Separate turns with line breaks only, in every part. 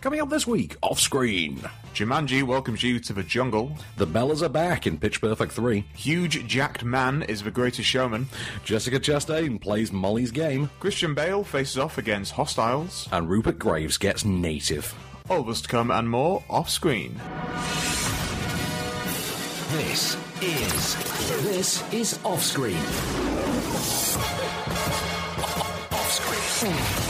Coming up this week, off screen.
Jumanji welcomes you to the jungle.
The Bellas are back in Pitch Perfect 3.
Huge jacked man is the greatest showman.
Jessica Chastain plays Molly's game.
Christian Bale faces off against hostiles.
And Rupert Graves gets native.
All this to come and more off screen.
This is this is off screen. Off screen. Off screen. Off screen.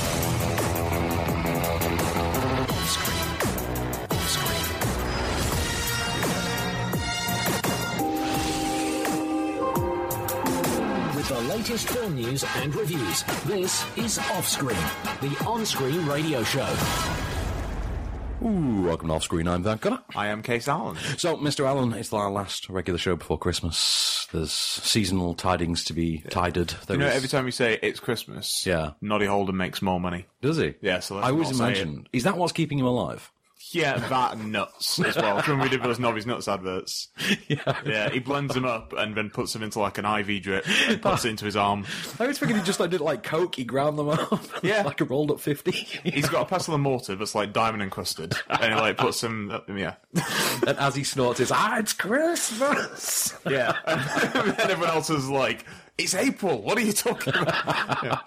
With the latest film news and reviews, this is off screen, the on-screen radio show.
Ooh, welcome to off screen. I'm Van Gunner.
I am Case Allen.
So, Mr. Allen, it's our last regular show before Christmas. There's seasonal tidings to be tided.
You know,
There is-
every time you say it's Christmas,
Yeah.
Noddy Holden makes more money.
Does he?
Yeah, so let's
I always
not say
imagine. Is that what's keeping him alive?
Yeah, that and nuts as well. When we did those Nobby's Nuts adverts, yeah, yeah, he blends them up and then puts them into like an IV drip and puts it into his arm.
I always figured he just like did like coke. He ground them up.
Yeah.
like a rolled up fifty.
He's got a pestle and mortar that's like diamond encrusted, and he like puts some. Yeah,
and as he snorts, it's ah, it's Christmas.
yeah. And then everyone else is like, "It's April. What are you talking about?" Yeah.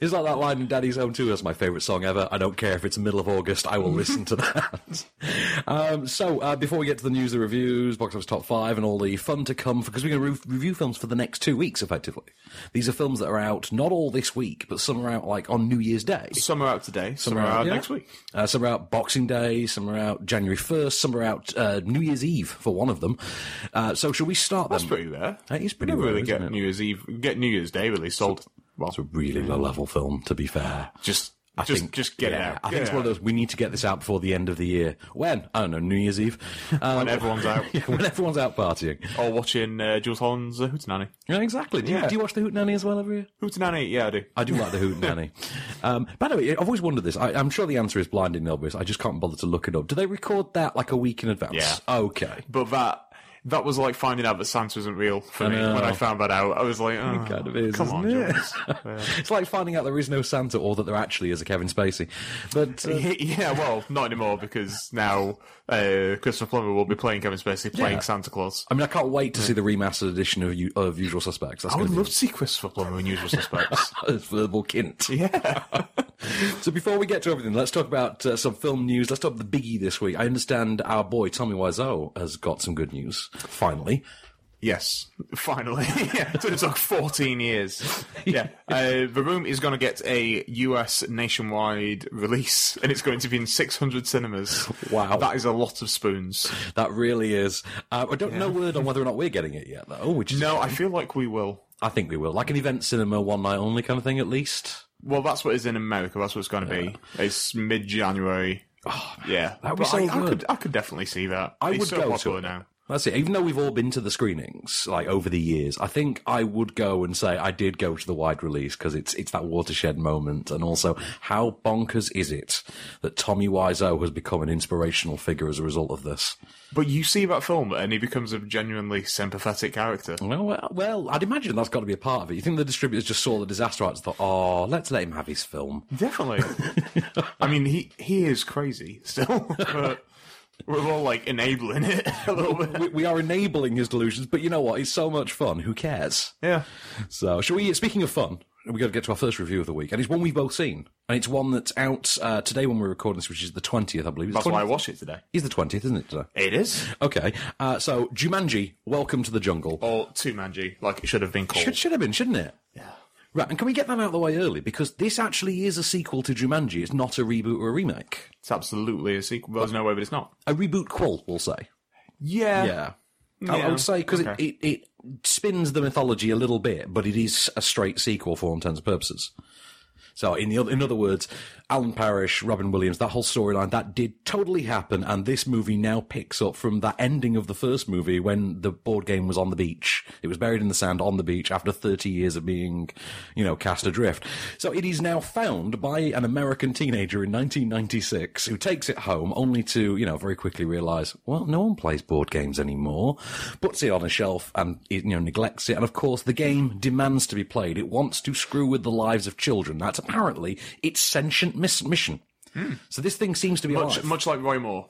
It's like that line in Daddy's Home Too. That's my favourite song ever. I don't care if it's the middle of August. I will listen to that. um, so uh, before we get to the news, the reviews, box office top five, and all the fun to come, because we're going to re- review films for the next two weeks. Effectively, these are films that are out not all this week, but some are out like on New Year's Day.
Some are out today. Some, are out
yeah.
next week.
Uh, some are out Boxing Day, some are out January 1st, some are out uh, New Year's Eve for one of them. Uh, so, shall we start
That's
them?
pretty rare.
That is
We
pretty
never
rare,
really
isn't
get
it?
New Year's Eve, get New Year's Day really sold. Well,
It's a really low level film, to be fair.
just,
I
just,
think,
just get
yeah,
it out.
I
Get
think it's
it
one of
out.
those. We need to get this out before the end of the year. When I don't know, New Year's Eve, Um,
When everyone's out.
yeah, when everyone's out partying.
Or watching uh, Jules Holland's uh, Hootenanny.
Yeah, exactly. Do you,
Yeah.
do you watch the Hootenanny as well every year?
Hootenanny, yeah, I do.
I do like the Hootenanny. um, by the way, I've always wondered this. I, I'm sure the answer is blindingly obvious. I just can't bother to look it up. Do they record that like a week in advance?
Yeah.
Okay.
But that that was like finding out that Santa isn't real for me
know.
when I found that out. I was like, oh,
kind of is,
come
isn't
on,
it?
Jules.
It's like finding out there is no Santa or that there actually is a Kevin Spacey. But uh,
yeah, well, not anymore because now uh, Christopher Plummer will be playing Kevin Spacey playing
Yeah.
Santa Claus.
I mean, I can't wait to see the remastered edition of, U- of Usual Suspects. That's
I
going
would
to
love to see Christopher Plummer in Usual Suspects.
be a verbal kint.
yeah.
So before we get to everything, let's talk about uh, some film news. Let's talk about the biggie this week. I understand our boy Tommy Wiseau has got some good news. Finally,
Yes, finally. yeah, it took 14 years. Yeah, uh, the room is going to get a US nationwide release, and it's going to be in 600 cinemas.
Wow.
that is a lot of spoons.
that really is. Uh, I don't know word on whether or not we're getting it yet, though. Which is,
No, I feel like we will.
I think we will. Like an event cinema, one night only kind of thing, at least.
Well, that's what it's in America. That's what it's going to be. It's mid January. yeah,
that'd be
But
so
I, I
good.
could, I could definitely see that.
I
it's
would
so
go
popular
to it.
now.
That's it. Even though we've all been to the screenings, like over the years, I think I would go and say I did go to the wide release because it's it's that watershed moment, and also how bonkers is it that Tommy Wiseau has become an inspirational figure as a result of this?
But you see that film, and he becomes a genuinely sympathetic character.
Well, well, well I'd imagine that's got to be a part of it. You think the distributors just saw the disaster artist and thought, oh, let's let him have his film.
Definitely. I mean, he he is crazy still, but we're all like enabling it a little bit.
We, we are enabling his delusions, but you know what? It's so much fun. Who cares?
Yeah.
So, shall we? Speaking of fun, we got to get to our first review of the week, and it's one we've both seen, and it's one that's out uh, today when we're recording this, which is the twentieth, I believe. It's
That's
the
why I
20th?
watch it today.
It's the twentieth, isn't it? Today?
It is.
Okay. Uh, so, Jumanji: Welcome to the Jungle
Or Tumanji, like it should have been called.
should should have been, shouldn't it? Yeah. Right, and can we get that out of the way early? Because this actually is a sequel to Jumanji. It's not a reboot or a remake.
It's absolutely a sequel. There's no way, but it's not.
A reboot qual, we'll say.
Yeah.
Yeah. I- I
Yeah.
would say because it, it, it spins the mythology a little bit, but it is a straight sequel for all intents and purposes. So, in the other, in other words, Alan Parrish, Robin Williams, that whole storyline that did totally happen, and this movie now picks up from that ending of the first movie when the board game was on the beach. It was buried in the sand on the beach after 30 years of being, you know, cast adrift. So it is now found by an American teenager in 1996 who takes it home, only to, you know, very quickly realize, well, no one plays board games anymore. Puts it on a shelf and it, you know neglects it. And of course, the game demands to be played. It wants to screw with the lives of children. That's apparently its sentient miss- mission. So this thing seems to be
Hmm. Much,
alive.
much like Roy Moore.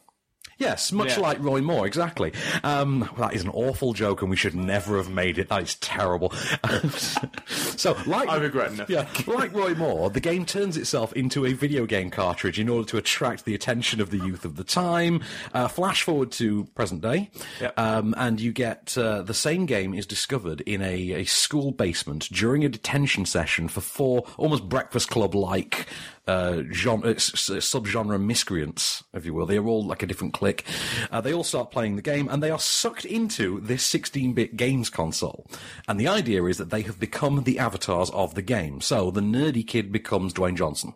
Yes, much
Yeah.
like Roy Moore, exactly. Um, well, that is an awful joke, and we should never have made it. That is terrible. so, like
I regret nothing.
Yeah, like Roy Moore, the game turns itself into a video game cartridge in order to attract the attention of the youth of the time. Uh, flash forward to present day,
Yep.
um, and you get uh, the same game is discovered in a, a school basement during a detention session for four almost breakfast club like uh, genre, s- s- subgenre miscreants, if you will. They are all like a different clique. Uh, they all start playing the game and they are sucked into this 16 bit games console. And the idea is that they have become the avatars of the game. So the nerdy kid becomes Dwayne Johnson,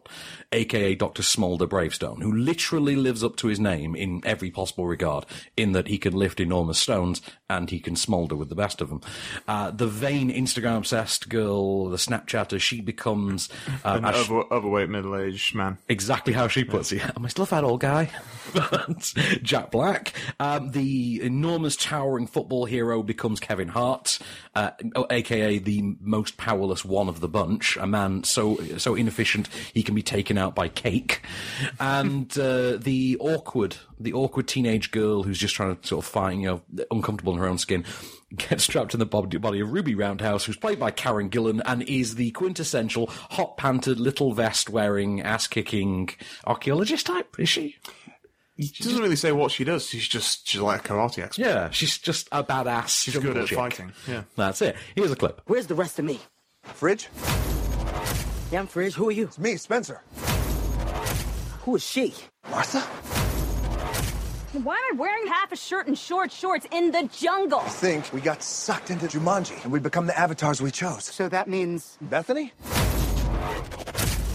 aka Dr. Smolder Bravestone, who literally lives up to his name in every possible regard, in that he can lift enormous stones and he can smolder with the best of them. Uh, the vain Instagram obsessed girl, the Snapchatter, she becomes uh,
An
a sh-
over, overweight middle aged man.
exactly how she puts it. Am I still a fat old guy? Jack Black. Um, the enormous towering football hero becomes Kevin Hart, uh, aka the most powerless one of the bunch, a man so so inefficient he can be taken out by cake, and uh, the awkward the awkward teenage girl who's just trying to sort of find you know uncomfortable in her own skin gets trapped in the body, body of Ruby Roundhouse, who's played by Karen Gillan and is the quintessential hot panted, little vest wearing, ass kicking archaeologist type, is she?
She doesn't really say what she does. She's just she's like a karate expert.
Yeah, she's just a badass.
she's good
jungle
at
chick.
fighting. Yeah.
That's it. Here's a clip.
Where's the rest of me?
Fridge?
Yeah, I'm Fridge. Who are you?
It's me, Spencer.
Who is she?
Martha?
Why am I wearing half a shirt and short shorts in the jungle?
Think we got sucked into Jumanji and we become the avatars we chose.
So that means.
Bethany?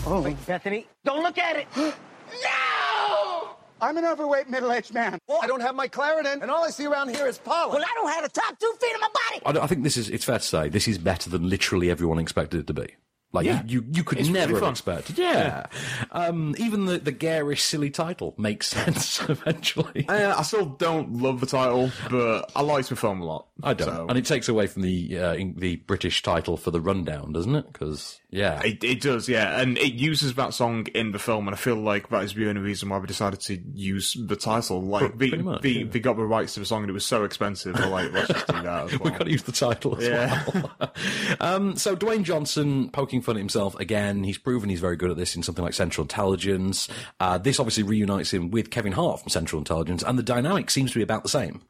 Oh, Bethany.
Don't look at it. no! I'm an overweight middle-aged man.
Well, I don't have my Claritin, and all I see around here is pollen.
Well, I don't have the top two feet of my body.
I, don't- I think this is, it's fair to say, this is better than literally everyone expected it to be. Like,
Yeah.
you, you, you could
It's
never
really
have
fun.
expected. Yeah. Um, even the, the garish, silly title makes sense eventually.
Uh, I still don't love the title, but I liked the film a lot.
I don't.
So-
And it takes away from the uh, in- the British title for the rundown, doesn't it? Because yeah,
It, it does, yeah, and it uses that song in the film, and I feel like that is the only reason why we decided to use the title. Like, we,
pretty much,
we,
yeah.
we got the rights to the song, and it was so expensive. We're like, let's just do that. As well.
we got to use the title as
Yeah.
well. um, so Dwayne Johnson poking fun at himself again. He's proven he's very good at this in something like Central Intelligence. Uh, this obviously reunites him with Kevin Hart from Central Intelligence, and the dynamic seems to be about the same.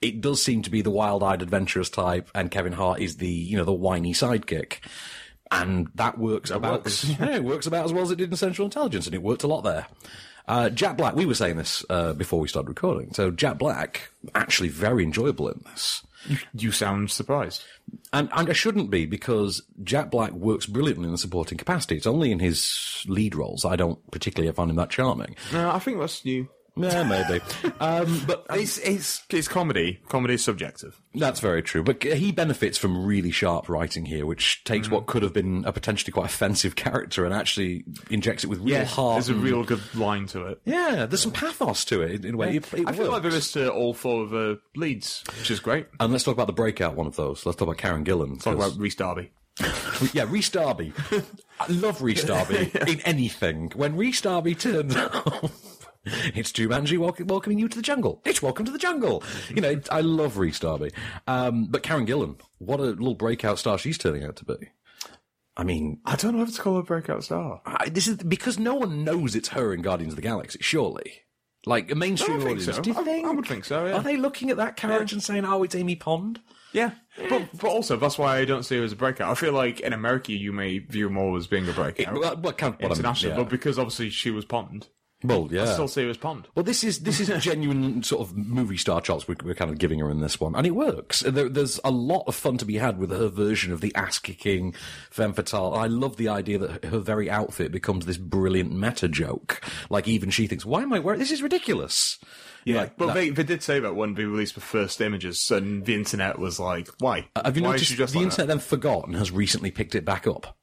It does seem to be the wild-eyed adventurous type, and Kevin Hart is the you know the whiny sidekick. And that works about
works.
yeah, it works about as well as it did in Central Intelligence, and it worked a lot there. Uh, Jack Black, we were saying this uh, before we started recording. So Jack Black actually very enjoyable in this.
You sound surprised.
And, and I shouldn't be because Jack Black works brilliantly in the supporting capacity. It's only in his lead roles I don't particularly find him that charming.
No, I think that's you.
Yeah, maybe. um, but
It's it's it's comedy. Comedy is subjective.
that's very true. But he benefits from really sharp writing here, which takes
Mm.
what could have been a potentially quite offensive character and actually injects it with real heart.
there's a real good line to it.
yeah, there's some pathos to it in- in a way. It, it
I feel like there
works.
is to all four of the leads, which is great.
and let's talk about the breakout one of those. Let's talk about Karen Gillan.
Talk
'cause-
about Reese Darby.
Yeah, Reese Darby. I love Reese Darby in anything. When Reese Darby turns up, it's Jumanji welcome, welcoming you to the jungle. It's welcome to the jungle. You know, I love Reese Darby. Um, but Karen Gillan, what a little breakout star she's turning out to be. I mean,
I don't know if to call her breakout star.
I, this is because no one knows it's her in Guardians of the Galaxy, surely. Like a mainstream
I don't think
audience.
so.
Do you
I- I
think?
would think so, yeah.
Are they looking at that carriage and saying, "Oh, it's Amy Pond"?
Yeah,
Eh.
but but also that's why I don't see her as a breakout. I feel like in America you may view more as being a breakout.
Well, what count? What I mean,
international,
yeah.
but because obviously she was Pond,
Well, yeah.
I still see her as Pond.
Well, this is this is genuine sort of movie star chops we're, we're kind of giving her in this one, and it works. There, there's a lot of fun to be had with her version of the ass kicking femme fatale. I love the idea that her very outfit becomes this brilliant meta joke. Like even she thinks, "Why am I wearing this? Is ridiculous."
Yeah,
Like,
but
that-
they they did say that when they released the first images, and the internet was like, "Why?
Uh, have you
why is
noticed
she
the
dressed like
internet
that?"
then forgot and has recently picked it back up?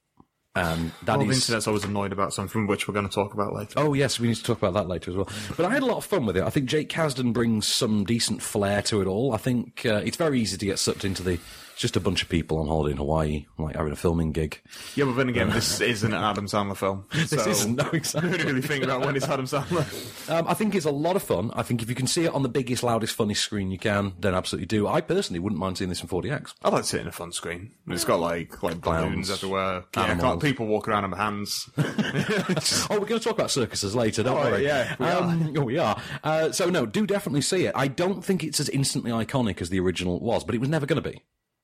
Um, that
Well, the
is-
internet's always annoyed about something, which we're going to talk about later.
Oh yes, we need to talk about that later as well. But I had a lot of fun with it. I think Jake Kasdan brings some decent flair to it all. I think uh, it's very easy to get sucked into the It's just a bunch of people on holiday in Hawaii, like having a filming gig.
Yeah, but then again, this isn't an Adam Sandler film. So
This isn't, no, exactly.
Who do you really think about when it's Adam Sandler?
Um, I think it's a lot of fun. I think if you can see it on the biggest, loudest, funniest screen you can, then absolutely do. I personally wouldn't mind seeing this in 40x.
I like to sit in a fun screen. It's got like like balloons
Clowns.
everywhere. Yeah,
Animals.
cl- people walk around with hands.
Oh, we're going to talk about circuses later, don't
Oh,
worry.
yeah, we
um, oh, we are. Uh, so no, do definitely see it. I don't think it's as instantly iconic as the original was, but it was never going to be.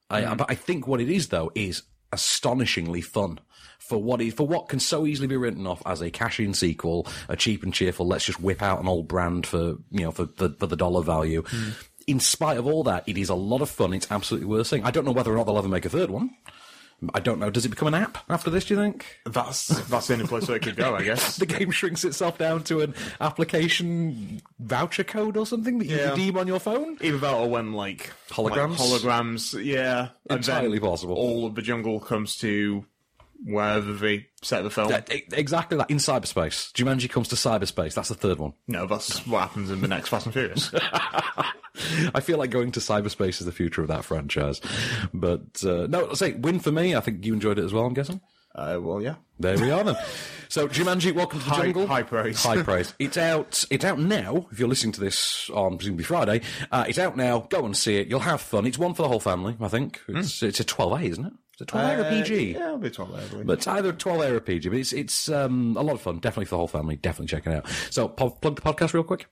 I,
Hmm.
But I think what it is though is astonishingly fun for what it, for what can so easily be written off as a cash-in sequel, a cheap and cheerful. Let's just whip out an old brand for you know for the for the dollar value.
Hmm.
In spite of all that, it is a lot of fun. It's absolutely worth seeing. I don't know whether or not they'll ever make a third one. I don't know. Does it become an app after this? Do you think?
That's that's the only place where it could go, I guess.
the game shrinks itself down to an application voucher code or something that you
Yeah.
redeem on your phone.
Either that or when like
Holograms?
like holograms, yeah, And then
Entirely possible.
All of the jungle comes to wherever they set the film.
Uh, e- Exactly that in cyberspace. Jumanji comes to cyberspace. That's the third one.
No, that's what happens in the next Fast and Furious.
I feel like going to cyberspace is the future of that franchise. But uh, no, I'll say win for me. I think you enjoyed it as well. I'm guessing.
uh, well, yeah.
There we are then. So Jumanji, welcome to the
High-
jungle.
high praise.
High praise. It's out. It's out now. If you're listening to this on presumably Friday, uh, it's out now. Go and see it. You'll have fun. It's one for the whole family. I think it's it's a 12A, isn't it? It's a 12A or a PG.
Hmm. Uh, Yeah, it'll be top there, I believe.
But it's either 12 hour PG, but it's it's um, a lot of fun. Definitely for the whole family. Definitely check it out. So po- plug the podcast real quick.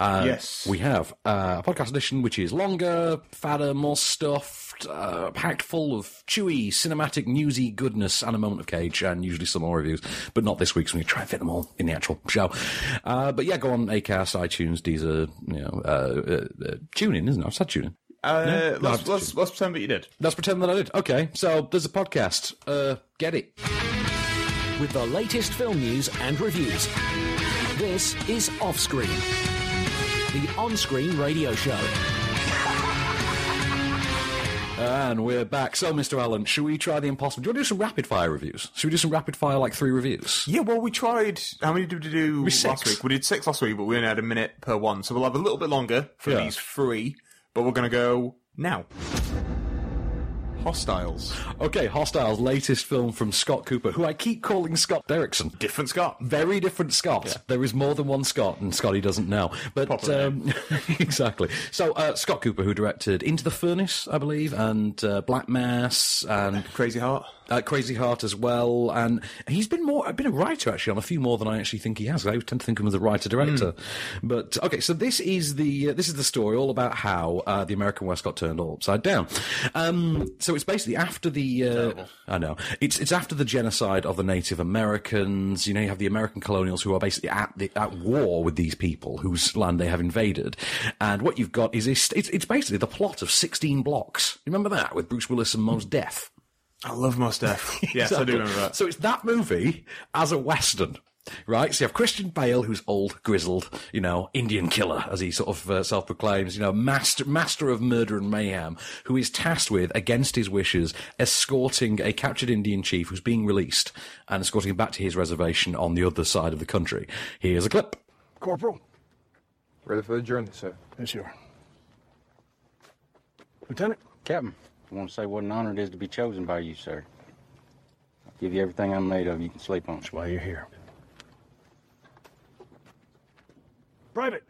yes.
We have uh, a podcast edition which is longer, fatter, more stuffed, uh, packed full of chewy, cinematic, newsy goodness and a moment of cage, and usually some more reviews, but not this week's when we try and fit them all in the actual show. Uh, but yeah, go on Acast, iTunes, Deezer, you know, uh, uh, uh, tune in, isn't it? I've said tune in.
Uh, let's,
I've-
let's, let's pretend that you did.
Let's pretend that I did. Okay, so there's a podcast. Uh, get it.
with the latest film news and reviews. This is Offscreen, the on screen radio show.
And we're back. So, Mr. Allen, should we try the impossible? Do you want to do some rapid fire reviews? Should we do some rapid fire, like three reviews?
Yeah, well, we tried. How many did we do
six.
last week? We did six last week, but we only had a minute per one, so we'll have a little bit longer for
Yeah.
these three. But we're going to go now. Hostiles,
Okay, Hostiles, latest film from Scott Cooper, who I keep calling Scott Derrickson.
different Scott.
Very different Scott. There is more than one Scott, and Scotty doesn't know. But
Proper
um, exactly. So uh, Scott Cooper, who directed Into the Furnace, I believe, and uh, Black Mass, and
Crazy Heart.
uh, Crazy Heart as well, and he's been more been a writer actually on a few more than I actually think he has. I tend to think of him as a writer director, but okay. So this is the uh, this is the story all about how uh, the American West got turned all upside down. Um, so it's basically after the uh, I know it's it's after the genocide of the Native Americans. You know, you have the American colonials who are basically at the, at war with these people whose land they have invaded, and what you've got is this, it's it's basically the plot of sixteen blocks. Remember that with Bruce Willis and Mos Def.
I love Mustaf. yes, I do remember that.
So it's that movie as a western. Right, so you have Christian Bale, who's old, grizzled, you know, Indian killer, as he sort of uh, self-proclaims, you know, master master of murder and mayhem, who is tasked with, against his wishes, escorting a captured Indian chief who's being released and escorting him back to his reservation on the other side of the country. Here's a clip.
Corporal,
Ready for the journey, sir.
yes, you are. Lieutenant,
Captain, I want to say what an honor it is to be chosen by you, sir. I'll give you everything I'm made of you can sleep on.
that's why you're here. Private,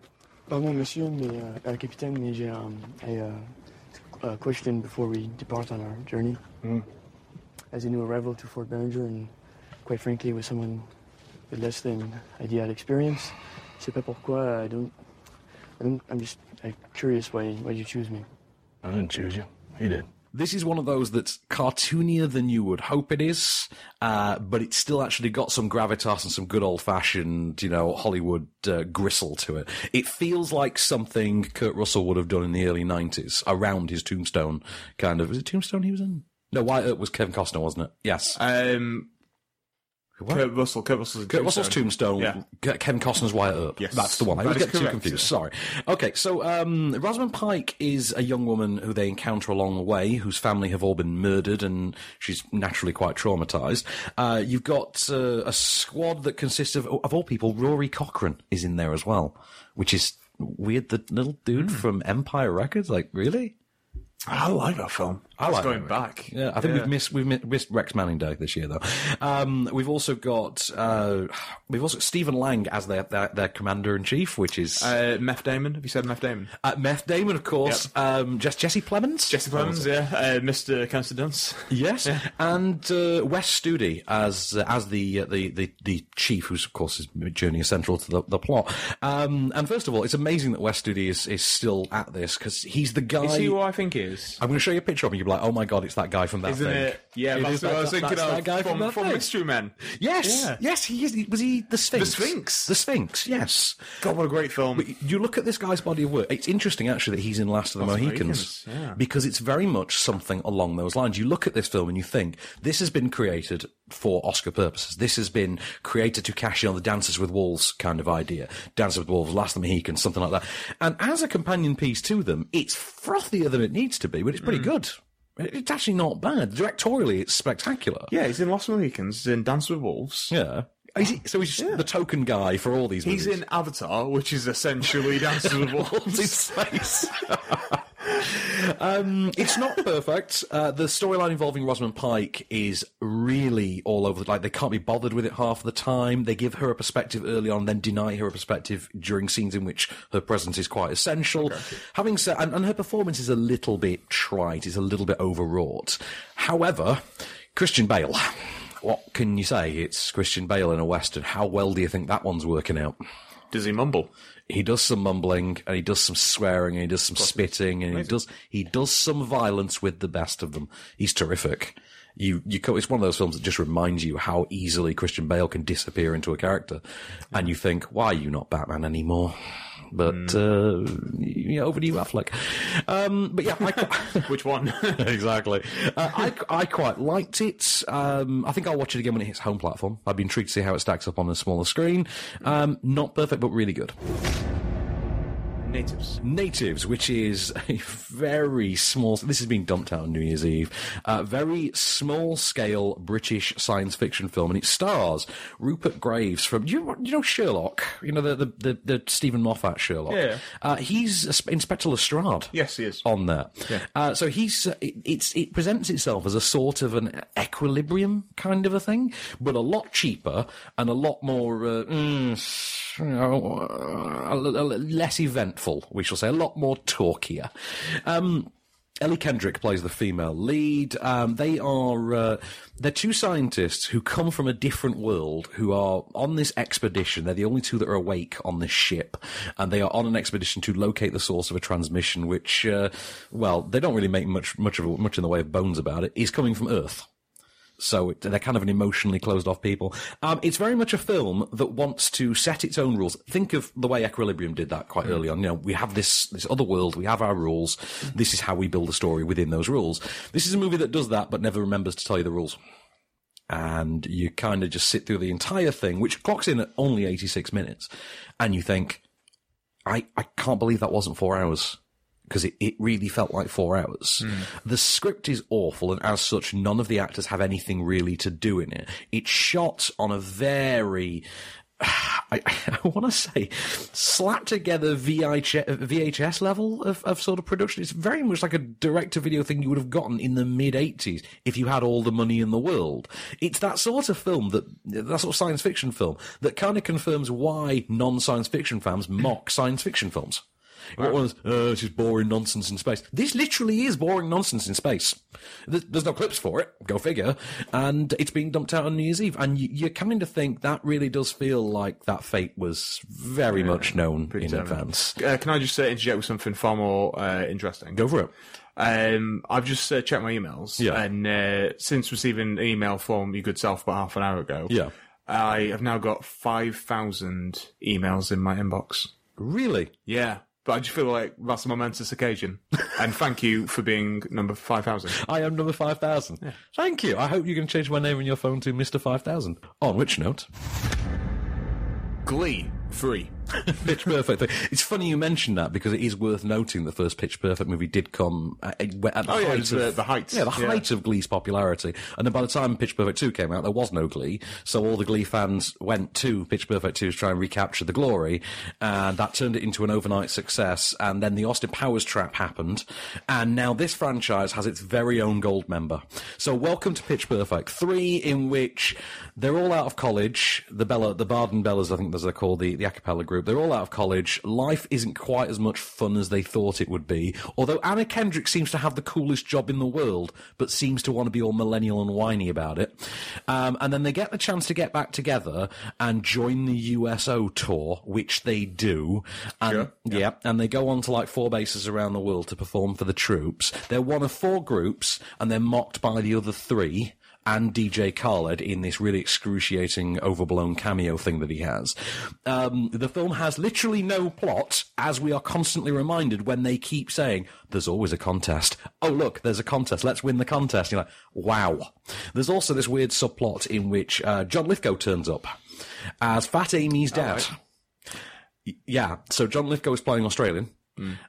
Pardon, monsieur, mais euh, euh, capitaine, mais j'ai um, a, uh, a question before we depart on our journey. As a new arrival to Fort Bellinger, and quite frankly, with someone with less than ideal experience, je sais pas pourquoi uh, I don't, I don't. I'm just I'm curious why why you choose me.
I didn't choose you. He did.
This is one of those that's cartoonier than you would hope it is, uh, but it's still actually got some gravitas and some good old fashioned, you know, Hollywood uh, gristle to it. It feels like something Kurt Russell would have done in the early 90s around his tombstone kind of. Was it tombstone he was in? No, Wyatt Earp was Kevin Costner, wasn't it? Yes.
Um,
What?
Kurt Russell. Kurt Russell's
Kurt Russell's Tombstone,
Yeah.
Ke- Kevin Costner's Wyatt Earp.
Yes.
That's the one. I
That
always
is
get too
correct,
confused.
yeah.
Sorry. Okay, so um, Rosamund Pike is a young woman who they encounter along the way, whose family have all been murdered, and she's naturally quite traumatized. Uh, you've got uh, a squad that consists of, of all people, Rory Cochrane is in there as
Hmm.
well, which is weird. The little dude from Empire Records, like, really?
I like that film.
I
It's
like
going
that
back.
Yeah, I think
Yeah.
we've missed we've mi- missed Rex Manning Day this year though. Um, we've also got uh, we've also got Stephen Lang as their their, their commander in chief, which is
Uh, Meth Damon. Have you said Meth Damon?
uh, Meth Damon, of course. Um, Jess, Jesse Plemons,
Jesse Plemons, yeah. Uh, Mr. Cancer Dance.
yes, and uh, Wes Studi as as the, uh, the the the chief, who's of course is journey is central to the, the plot. Um, and first of all, it's amazing that Wes Studi is is still at this because he's the guy.
Is he who I think he is?
I'm going to show you a picture of him. You'll be like, oh my god, it's that guy from that
Isn't
thing.
it? Yeah, that's
is
what
that-
I was thinking
that's
of.
That guy from,
from
that
from
thing.
Mystery Men.
Yes,
Yeah.
yes, he is. Was he the Sphinx?
Sphinx.
The Sphinx. Yes.
God, what a great film.
But you look at this guy's body of work. It's interesting, actually, that he's in Last of the Mohicans,
Mohicans, yeah.
because it's very much something along those lines. You look at this film and you think this has been created for Oscar purposes. This has been created to cash in on the Dances with Wolves kind of idea, Dances with Wolves, Last of the Mohicans, something like that. And as a companion piece to them, it's frothier than it needs to be, but it's pretty good. It- It's actually not bad. Directorially, it's spectacular.
yeah, he's in Lost Mohicans, he's in Dance with Wolves.
Yeah. Is he, so he's just the token guy for all these
He's
movies.
in Avatar, which is essentially Dances with Wolves.
space. um, it's not perfect. Uh, the storyline involving Rosamund Pike is really all over. the Like they can't be bothered with it half the time. They give her a perspective early on, then deny her a perspective during scenes in which her presence is quite essential. Having said, and, and her performance is a little bit trite. It's a little bit overwrought. However, Christian Bale. What can you say? It's Christian Bale in a western. How well do you think that one's working out?
Does he mumble?
he does some mumbling and he does some swearing and he does some spitting and he does he does some violence with the best of them. He's terrific. You you co- it's one of those films that just reminds you how easily Christian Bale can disappear into a character, and you think, why are you not Batman anymore? But uh, yeah, over to you, Affleck. Um, but yeah, I,
Which one?
exactly. Uh, I, I quite liked it. Um, I think I'll watch it again when it hits home platform. I'd be intrigued to see how it stacks up on a smaller screen. Um, not perfect, but really good.
Natives.
Natives, which is a very small. This has been dumped out on New Year's Eve. Uh, very small scale British science fiction film, and it stars Rupert Graves from you, know- you know Sherlock, you know the the, the, the Stephen Moffat Sherlock.
Yeah.
uh, he's a sp- Inspector Lestrade.
Yes, he is.
on that. Uh, so he's it, it's it presents itself as a sort of an equilibrium kind of a thing, but a lot cheaper and a lot more uh, mm, you know, uh, a l- a l- less eventful. We shall say a lot more talkier. Um, Ellie Kendrick plays the female lead. Um, they are uh, they're two scientists who come from a different world who are on this expedition. They're the only two that are awake on this ship, and they are on an expedition to locate the source of a transmission, which, uh, well, they don't really make much much of much in the way of bones about it. Is coming from Earth. So it, they're kind of an emotionally closed off people. Um, it's very much a film that wants to set its own rules. Think of the way Equilibrium did that quite early on. You know, we have this, this other world, we have our rules. This is how we build a story within those rules. This is a movie that does that, but never remembers to tell you the rules. And you kind of just sit through the entire thing, which clocks in at only 86 minutes. And you think, I, I can't believe that wasn't four hours because it, it really felt like four hours. The script is awful, and as such, none of the actors have anything really to do in it. It's shot on a very. I, I want to say slapped together VHS, VHS level of, of sort of production. It's very much like a direct to video thing you would have gotten in the mid 80s if you had all the money in the world. It's that sort of film that, that sort of science fiction film that kind of confirms why non science fiction fans mock science fiction films. What was, uh, it's just boring nonsense in space. This literally is boring nonsense in space. Th- There's no clips for it. Go figure. And it's being dumped out on New Year's Eve. And you, you kind of think that really does feel like that fate was very much known in advance.
Uh, can I just uh, interject with something far more uh, interesting?
Go for it.
Um, I've just uh, checked my emails,
Yeah.
and uh, since receiving an email from your good self about half an hour ago,
Yeah.
I have now got five thousand emails in my inbox.
Really?
Yeah, but I just feel like that's a momentous occasion, and thank you for being number five thousand.
I am number 5,000. Thank you. I hope you can change my name on your phone to Mr. 5,000. On which note?
Glee three.
Pitch Perfect. thing. It's funny you mentioned that because it is worth noting the first Pitch Perfect movie did come at, at the
Oh, yeah, it
height
was
of
the- the heights.
Yeah, the
Yeah.
height of Glee's popularity. And then by the time Pitch Perfect Two came out, there was no Glee, so all the Glee fans went to Pitch Perfect Two to try and recapture the glory, and that turned it into an overnight success. And then the Austin Powers trap happened, and now this franchise has its very own gold member. So welcome to Pitch Perfect Three, in which they're all out of college. The Bella, the Barden Bellas, I think as they're called, the the a cappella group. They're all out of college. Life isn't quite as much fun as they thought it would be. Although Anna Kendrick seems to have the coolest job in the world, but seems to want to be all millennial and whiny about it. Um, and then they get the chance to get back together and join the USO tour, which they do. And, Yeah. And they go on to like four bases around the world to perform for the troops. They're one of four groups, and they're mocked by the other three and DJ Khaled in this really excruciating, overblown cameo thing that he has. Um, the film has literally no plot, as we are constantly reminded when they keep saying, there's always a contest. Oh, look, there's a contest. Let's win the contest. You're like, wow. There's also this weird subplot in which uh, John Lithgow turns up as Fat Amy's dad. Y- Yeah, so John Lithgow is playing Australian.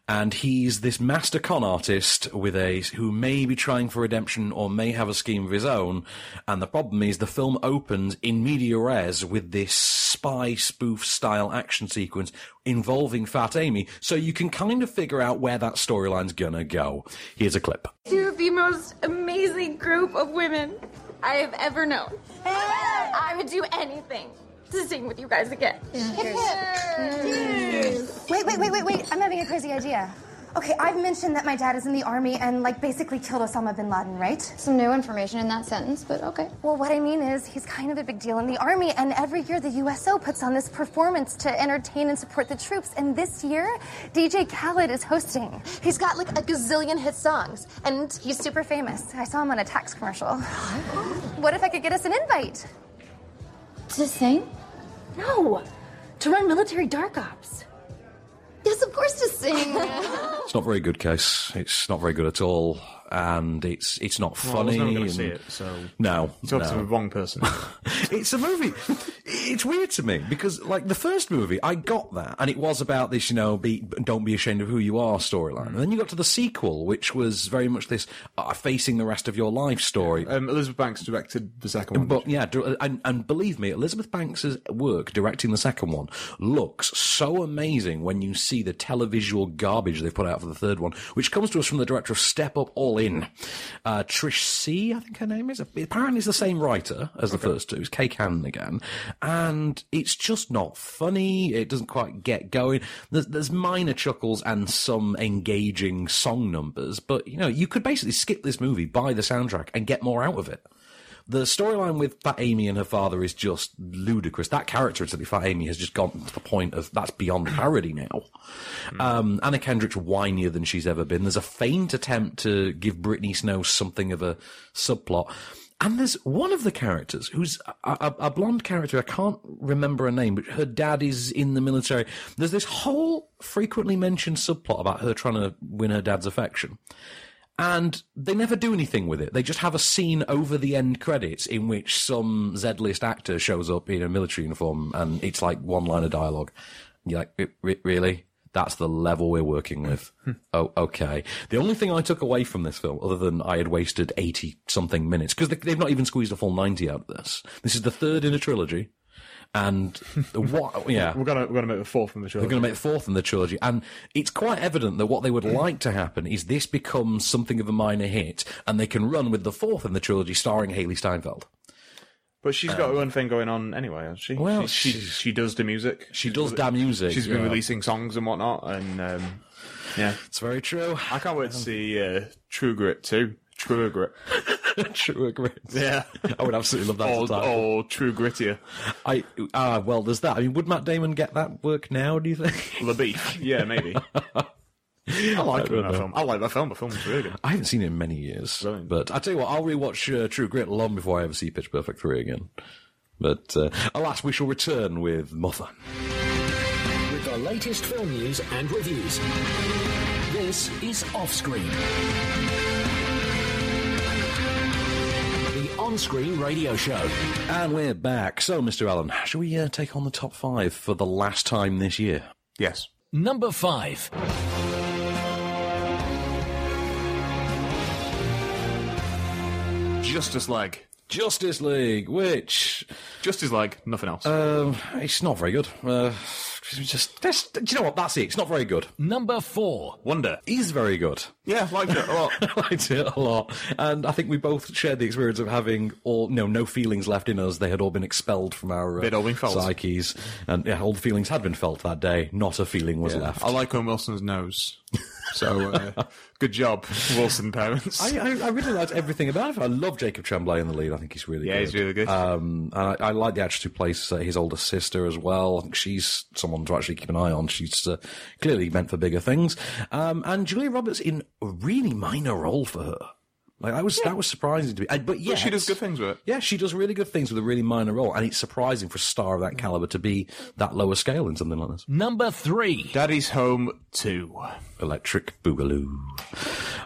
And he's this master con artist with a who may be trying for redemption or may have a scheme of his own. And the problem is the film opens in media res with this spy spoof style action sequence involving Fat Amy, so you can kind of figure out where that storyline's gonna go. Here's a clip.
You're the most amazing group of women I have ever known. I would do anything to sing with you guys again.
Wait, wait, wait, wait, wait. I'm having a crazy idea. Okay, I've mentioned that my dad is in the army and, like, basically killed Osama bin Laden, right? Some new information in that sentence, but okay. Well, what I mean is, he's kind of a big deal in the army, and every year the USO puts on this performance to entertain and support the troops, and this year, DJ Khaled is hosting. He's got, like, a gazillion hit songs, and he's super famous. I saw him on a tax commercial. what if I could get us an invite?
To sing? No, to run military dark ops. Yes, of course to sing.
It's not very good, case. It's not very good at all, and it's it's not
Well, I was
funny.
never going
and-
to see it, so
No,
you talked
no.
to the wrong person.
it's a movie. It's weird to me because, like, the first movie, I got that, and it was about this, you know, be don't be ashamed of who you are storyline. And then you got to the sequel, which was very much this uh, facing the rest of your life story.
Um, Elizabeth Banks directed the second one.
But yeah, dir- and, and believe me, Elizabeth Banks's work directing the second one looks so amazing when you see the televisual garbage they've put out for the third one, which comes to us from the director of Step Up All In, uh, Trish C. I think her name is. Apparently, it's the same writer as the first two. It's Kay Cannon again, and it's just not funny. It doesn't quite get going. There's, there's minor chuckles and some engaging song numbers, but you know, you could basically skip this movie, buy the soundtrack, and get more out of it. The storyline with Fat Amy and her father is just ludicrous. That character, incidentally, Fat Amy, has just gone to the point of that's beyond parody now. Um, Anna Kendrick's whinier than she's ever been. There's a faint attempt to give Brittany Snow something of a subplot. And there's one of the characters who's a, a, a blonde character. I can't remember her name, but her dad is in the military. There's this whole frequently mentioned subplot about her trying to win her dad's affection and they never do anything with it. They just have a scene over the end credits in which some Z-list actor shows up in a military uniform, and it's like one line of dialogue. And You're like, "Re- re- really? That's the level we're working with. oh, okay. The only thing I took away from this film, other than I had wasted eighty something minutes, because they've not even squeezed a full ninety out of this. This is the third in a trilogy, and the what? Yeah,
we're gonna we're gonna make a fourth from the
they're
trilogy.
going to make fourth in the trilogy, and it's quite evident that what they would like to happen is this becomes something of a minor hit, and they can run with the fourth in the trilogy starring Haley Steinfeld.
But she's got her own thing going on anyway, hasn't she?
Well,
she she, she does the music. She
does da music,
She's been
yeah.
releasing songs and whatnot, and um, yeah,
it's very true.
I can't wait to see uh, True Grit too. True Grit.
True Grit.
Yeah,
I would absolutely love that as a
Or,
title.
or True Grittier.
I ah well, there's that. I mean, would Matt Damon get that work now? Do you think?
LaBeef. Yeah, maybe. I like
don't
that
know.
film. I like that film. The film was really good.
I haven't seen it in many years, but I tell you what, I'll rewatch uh, True Grit long before I ever see Pitch Perfect three again. But uh, alas, we shall return with Mothman.
With the latest film news and reviews. This is Offscreen. The on on screen radio show.
And we're back. So, Mr. Allen, shall we uh, take on the top five for the last time this year?
Yes.
Number five.
Justice League.
Justice League, which
Justice League, nothing else.
Um, it's not very good. Uh, just, that's- do you know what? That's it. It's not very good.
Number four.
Wonder is very good.
yeah, liked it a lot.
liked it a lot, and I think we both shared the experience of having all no no feelings left in us. They had all been expelled from our uh,
They'd all been felt.
psyches, and yeah, all the feelings had been felt that day. Not a feeling was
Yeah.
left.
I like Owen Wilson's nose. So uh, good job, Wilson parents.
I, I, I really liked everything about it. I love Jacob Tremblay in the lead. I think he's really
Yeah,
good.
he's really good.
Um, and I, I like the actress who plays uh, his older sister as well. I think She's someone to actually keep an eye on. She's uh, clearly meant for bigger things. Um, and Julia Roberts in a really minor role for her. Like that was that was surprising to me. And- but yeah,
But she does good things with it.
Yeah, she does really good things with a really minor role, and it's surprising for a star of that caliber to be that lower scale in something like this.
Number three.
Daddy's Home 2.
Electric Boogaloo,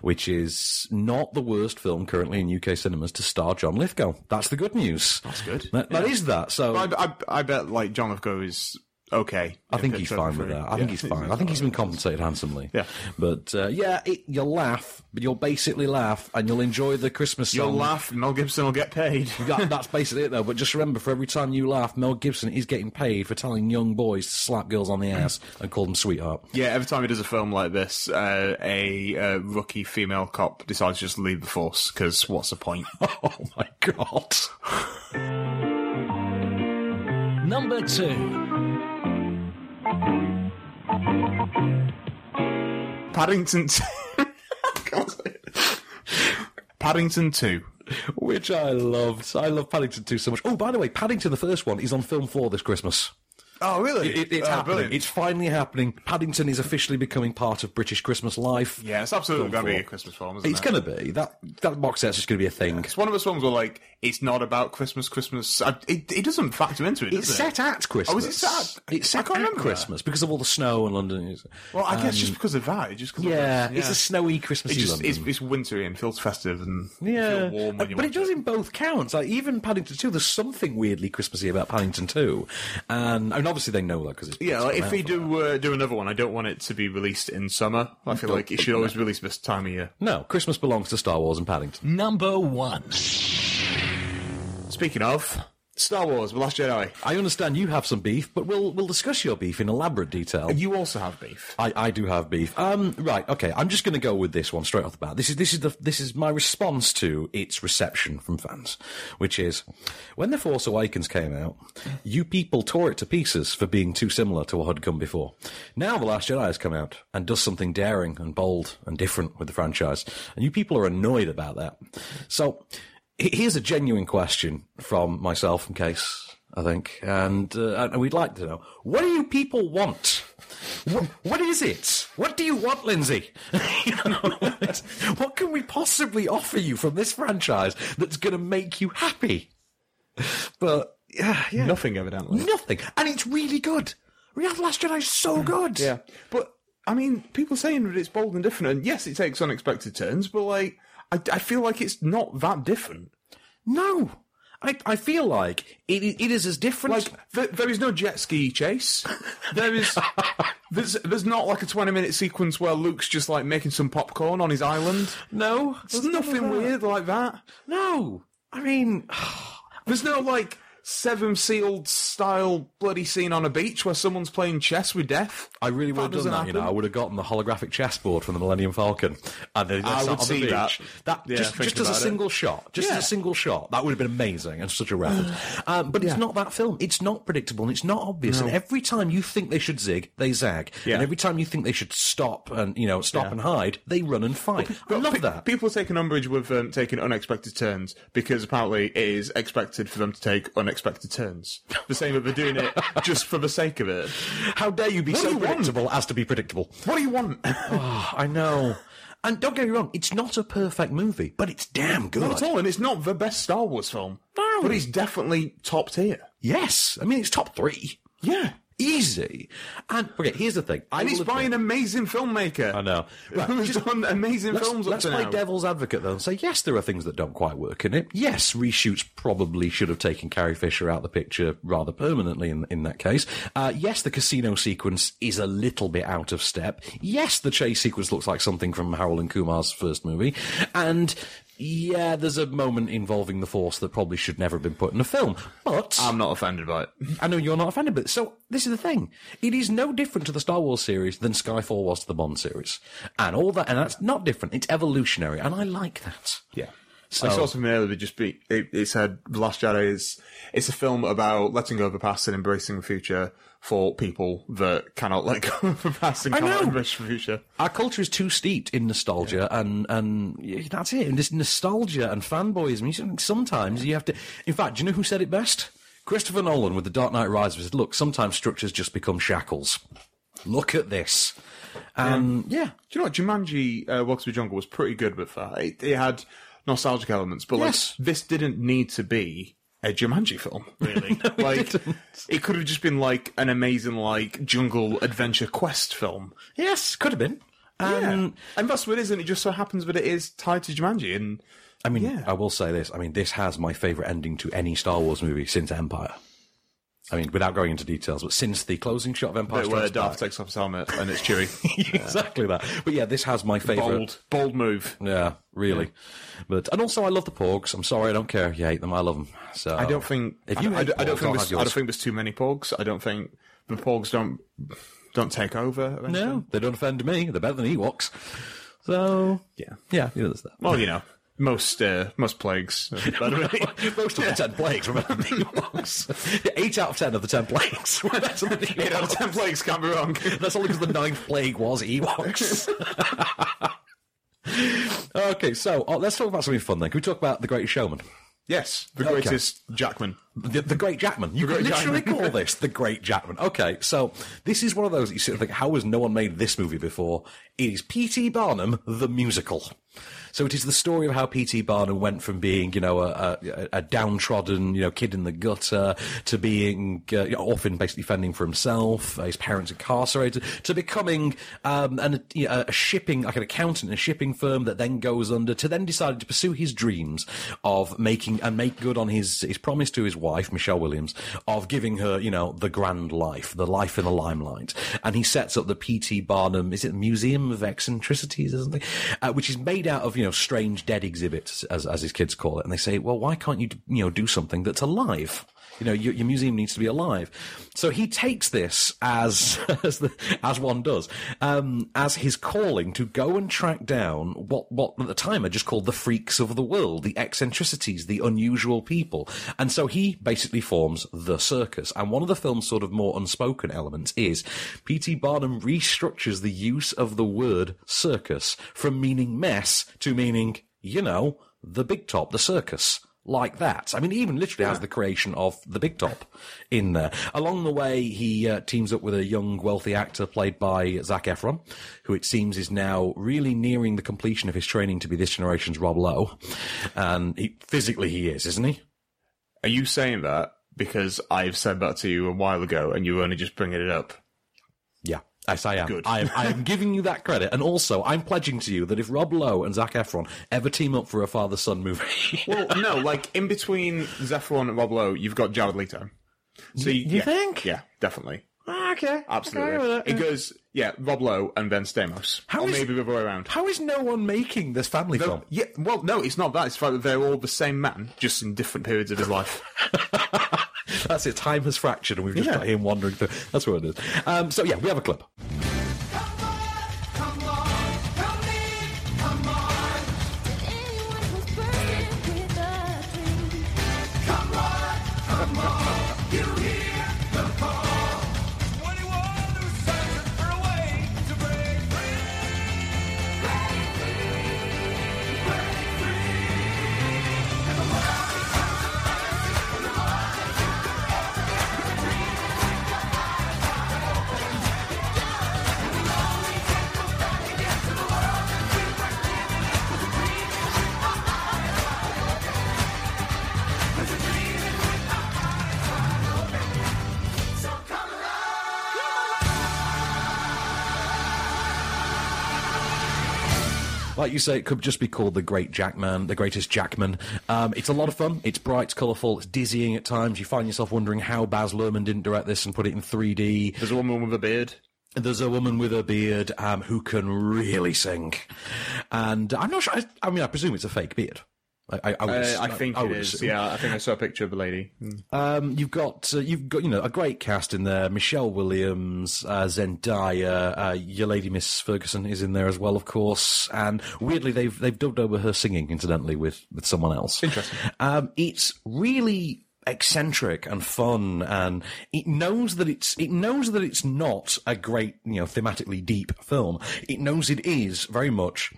which is not the worst film currently in UK cinemas to star John Lithgow. That's the good news. That's
good.
That, that
Yeah.
is that. So I,
But I, I, I bet like John Lithgow is okay.
think
Yeah,
he's
Trevor
fine with
Free.
that. I think
Yeah.
he's fine. I think he's been compensated handsomely.
Yeah.
But uh, yeah, it, you'll laugh, but you'll basically laugh, and you'll enjoy the Christmas song.
You'll laugh. Mel Gibson will get paid.
That- that's basically it, though. But just remember, for every time you laugh, Mel Gibson is getting paid for telling young boys to slap girls on the ass and call them sweetheart.
Yeah, every time he does a film like this, uh, a uh, rookie female cop decides to just leave the force because what's the point?
oh my god!
Number two.
Paddington. T- Paddington Two.
Which I loved. I love Paddington 2 so much. Oh, by the way, Paddington, the first one, is on film floor this Christmas.
Oh, really?
It, it's
Oh,
happening.
brilliant.
It's finally happening. Paddington is officially becoming part of British Christmas life.
yeah, it's absolutely
Film
going to be
four.
a Christmas film. Isn't
It's
it?
going to be. That that box set's just going to be a thing.
It's one of those films where like it's not about Christmas. Christmas. I, it, it doesn't factor into it.
It's
does
set
it?
at Christmas.
Oh, is it set? at-
It's set
I can't
at
remember that.
Christmas because of all the snow in London.
Well, I guess
Um,
just because of that, it just comes
yeah,
across-
it's a snowy Christmas.
It just it's, it's wintry and feels festive and you
Yeah, Uh,
feel warm when you
but it
watch
does in both counts. Like even Paddington Two, there's something weirdly Christmassy about Paddington Two, and and obviously they know that because it's
Yeah,
it's
like
come
if
out
they
for-
do uh, do another one, I don't want it to be released in summer. I feel like it should always release this time of year.
No, Christmas belongs to Star Wars and Paddington.
Number one.
Speaking of Star Wars: The Last Jedi,
I understand you have some beef, but we'll we'll discuss your beef in elaborate detail.
you also have beef.
I, I do have beef. Um, right, okay. I'm just going to go with this one straight off the bat. This is this is the this is my response to its reception from fans, which is when The Force Awakens came out, you people tore it to pieces for being too similar to what had come before. Now The Last Jedi has come out and does something daring and bold and different with the franchise, and you people are annoyed about that. So he- here's a genuine question from myself, in case I think, and uh, and we'd like to know what do you people want? What, what is it? What do you want, Lindsay? You know, it's- what can we possibly offer you from this franchise that's going to make you happy? But yeah, yeah,
Nothing evidently.
nothing, and it's really good. Real Last Jedi is so good.
Yeah, but I mean, people saying that it's bold and different, and yes, it takes unexpected turns, but like, I, I feel like it's not that different.
No, I I feel like it it is as different.
Like, th- there is no jet ski chase. There is, there's, there's not like a twenty minute sequence where Luke's just like making some popcorn on his island.
no,
There's nothing weird like that.
No, I mean.
There's no like seven sealed style bloody scene on a beach where someone's playing chess with death.
I really would have done
doesn't
that. You know, I
happen.
would have gotten the holographic chessboard from the Millennium Falcon, and then
I
sat
would
on the
see
beach.
that. Yeah,
just,
thinking
just as a
about it.
single shot, just
Yeah.
as a single shot, that would have been amazing and such a reference. um, but it's not that film. It's not predictable and it's not obvious. And every time you think they should zig, they zag.
Yeah.
And every time you think they should stop and you know stop and hide, they run and fight. I love
pe-
that.
People are taking umbrage with um, taking unexpected turns because apparently it is expected for them to take unexpected turns. The same that they're doing it just for the sake of it.
How dare you be
What do
so
you want?
predictable as to be predictable?
What do you want?
Oh, I know. And don't get me wrong, it's not a perfect movie, but it's damn good.
Not at all, and it's not the best Star Wars film.
No.
But it's definitely top tier.
Yes, I mean it's top three.
Yeah.
easy. And okay, here's the thing. I
And he's
will admit-
by an amazing filmmaker.
I know.
Who's done amazing
let's,
films up
Let's
to
play
now.
devil's advocate though and say yes, there are things that don't quite work in it. Yes, reshoots probably should have taken Carrie Fisher out of the picture rather permanently in in that case. Uh, yes, the casino sequence is a little bit out of step. Yes, the chase sequence looks like something from Harold and Kumar's first movie, and. Yeah, there's a moment involving the Force that probably should never have been put in a film, but
I'm not offended by it.
I know you're not offended, but so this is the thing. It is no different to the Star Wars series than Skyfall was to the Bond series, and all that. And that's not different. It's evolutionary, and I like that.
Yeah.
So-
I saw something earlier that just be it, it said The Last Jedi is it's a film about letting go of the past and embracing the future for people that cannot let go of the past and
I
cannot
know.
embrace the future.
Our culture is too steeped in nostalgia, and and yeah, that's it. And this nostalgia and fanboyism. you should- Sometimes you have to. In fact, do you know who said it best? Christopher Nolan with The Dark Knight Rises. Said, Look, sometimes structures just become shackles. Look at this. Um, yeah.
Do you know what Jumanji uh, Welcome to the Jungle was pretty good with that. It, it had nostalgic elements, but
Yes.
like this didn't need to be a Jumanji film, really. like it could have just been like an amazing like jungle adventure quest film.
Yes, could have been.
yeah. And that's what it is, and it just so happens that it is tied to Jumanji and
I mean,
Yeah.
I will say this. I mean, this has my favorite ending to any Star Wars movie since Empire. I mean, without going into details, but since the closing shot of Empire
Bit where
Strikes
Darth
Back,
takes off his helmet and it's cheery.
exactly that. But yeah, this has my favorite.
bold, bold move.
Yeah, really. But and also, I love the Porgs. I'm sorry, I don't care if you hate them. I love them. So
I don't think.
if
I
you
don't, I
hate
don't- I don't
Porgs,
think.
I'll
There's,
have
I don't
yours.
think there's too many pogs. I don't think the pogs don't don't take over. or anything.
no, they don't offend me. They're better than Ewoks. So
Yeah.
yeah, you know, there's that.
Well, you know, most uh, most plagues. are better than-
Most of the ten plagues were better than Ewoks. Eight out of ten of the ten plagues were better than Ewoks.
Eight out of ten plagues can't be wrong.
That's only because the ninth plague was Ewoks. okay, so oh, let's talk about something fun then. Can we talk about the Great Showman?
Yes, the
Okay.
greatest Jackman.
The, the Great Jackman. You
The
could
Great
literally
Jackman.
call this the Great Jackman. Okay, so this is one of those that you sort of think, how has no one made this movie before? It is P.T. Barnum, the musical. So it is the story of how P.T. Barnum went from being, you know, a, a, a downtrodden, you know, kid in the gutter to being uh, you know, orphan, basically fending for himself, uh, his parents incarcerated, to becoming um, an, you know, a shipping, like an accountant in a shipping firm that then goes under, to then deciding to pursue his dreams of making and make good on his his promise to his wife Michelle Williams of giving her you know the grand life, the life in the limelight, and he sets up the P.T. Barnum is it Museum of Eccentricities or something, uh, which is made out of you know strange dead exhibits as as his kids call it, and they say, well, why can't you you know do something that's alive? You know, your, your museum needs to be alive. So he takes this as as, the, as one does um, as his calling to go and track down what what at the time are just called the freaks of the world, the eccentricities, the unusual people. And so he basically forms the circus. And one of the film's sort of more unspoken elements is P.T. Barnum restructures the use of the word circus from meaning mess to meaning you know the big top, the circus like that. I mean, he even literally has the creation of the Big Top in there. Along the way, he uh, teams up with a young, wealthy actor played by Zach Efron, who it seems is now really nearing the completion of his training to be this generation's Rob Lowe. And he, physically, he is, isn't he?
Are you saying that because I've said that to you a while ago and you were only just bringing it up?
Yeah. Yes, I am.
Good.
I am. I am giving you that credit, and also I'm pledging to you that if Rob Lowe and Zach Efron ever team up for a father-son movie,
Well, no, like in between Zephyron and Rob Lowe, you've got Jared Leto. So
Y- you
yeah,
think?
Yeah, definitely.
okay,
Absolutely. it goes, yeah, Rob Lowe and then Stamos.
How
or
is-
maybe the other way around.
How is no one making this family
They're-
film?
yeah, well, no, it's not that. It's the fact that they're all the same man, just in different periods of his life.
That's it. Time has fractured, and we've just
Yeah.
got him wandering through. That's what it is. Um, so yeah, we have a clip.
Come on, come on,
Like you say, it could just be called the Great Jackman, the Greatest Jackman. Um, it's a lot of fun. It's bright, it's colourful, it's dizzying at times. You find yourself wondering how Baz Luhrmann didn't direct this and put it in 3D.
There's a woman with a beard.
There's a woman with a beard um, who can really sing, and I'm not sure. I, I mean, I presume it's a fake beard. I, I, I, would
Uh, I
assume-
think
I
it
would
is.
assume.
Yeah, I think I saw a picture of a lady.
Um, you've got uh, you've got you know a great cast in there. Michelle Williams, uh, Zendaya, uh, your lady Miss Ferguson is in there as well, of course. And weirdly, they've they've dubbed over her singing, incidentally, with with someone else. Interesting. Um, it's really eccentric and fun and it knows that it's it knows that it's not a great you know thematically deep film it knows it is very much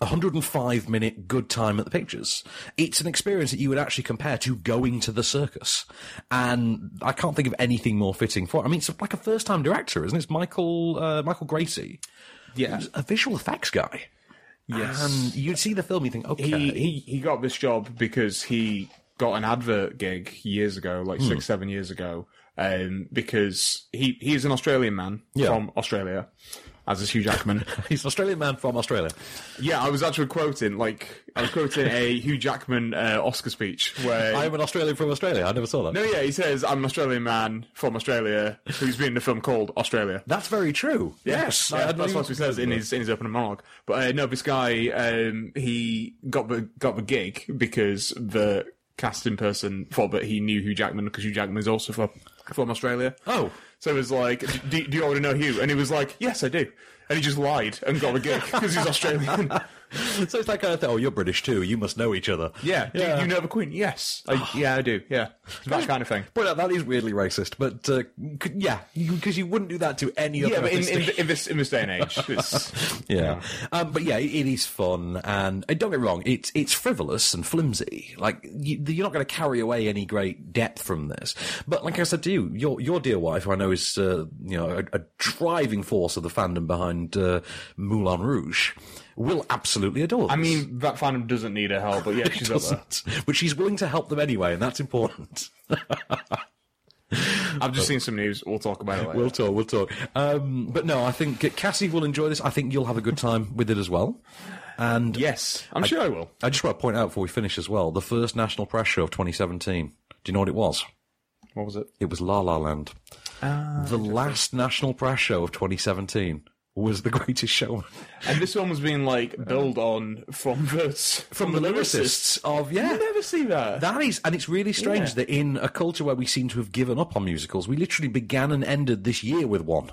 105 minute good time at the pictures. It's an experience that you would actually compare to going to the circus. And I can't think of anything more fitting for it. I mean, it's like a first time director, isn't it? It's Michael, uh, Michael Gracie.
Yeah.
Who's a visual effects guy.
Yes.
And you'd see the film, you think, okay.
He, he he got this job because he got an advert gig years ago, like
Hmm.
six seven years ago. Um, because he he is an Australian man
Yeah.
from Australia, as is Hugh Jackman.
He's an Australian man from Australia.
Yeah, I was actually quoting like I was quoting a Hugh Jackman uh, Oscar speech where
I'm an Australian from Australia. I never saw that.
no, yeah, he says I'm an Australian man from Australia who's been in a film called Australia.
That's very true. Yes, I
yeah,
had no
that's what he
even-
says in his in his opening monologue. But uh, no, this guy um, he got the got the gig because the casting person thought that he knew Hugh Jackman because Hugh Jackman is also from from Australia.
Oh,
so it was like, do, do you already know Hugh? And he was like, yes, I do. And he just lied and got the gig because he's Australian.
so it's that kind of thing. Oh, you're British too. You must know each other.
yeah, Do you know the Queen? Yes, I, yeah, I do. Yeah, It's that kind of thing.
But that is weirdly racist. But uh, c- yeah, because you wouldn't do that to any other.
Yeah, but in,
ethnicity.
in, in this in this day and age, it's,
yeah. Um, but yeah, it, it is fun, and uh, don't get me wrong, it's it's frivolous and flimsy. Like you, you're not going to carry away any great depth from this. But like I said to you, your your dear wife, who I know is uh, you know a, a driving force of the fandom behind uh, Moulin Rouge, will absolutely adore. This.
I mean, that fandom doesn't need her help, but yeah, she's up there.
doesn't, but she's willing to help them anyway, and that's important.
I've just seen some news. We'll talk about it later.
We'll talk. We'll talk. Um, but no, I think Cassie will enjoy this. I think you'll have a good time with it as well. And
yes, I'm sure I will.
I just want to point out before we finish as well the first national press show of 2017. Do you know what it was?
What was it?
It was La La Land. the last national press show of 2017 was the greatest show
And this one was being like build on from the from,
the lyricists of yeah.
You never see that.
That is, and it's really strange
Yeah.
that in a culture where we seem to have given up on musicals, we literally began and ended this year with one.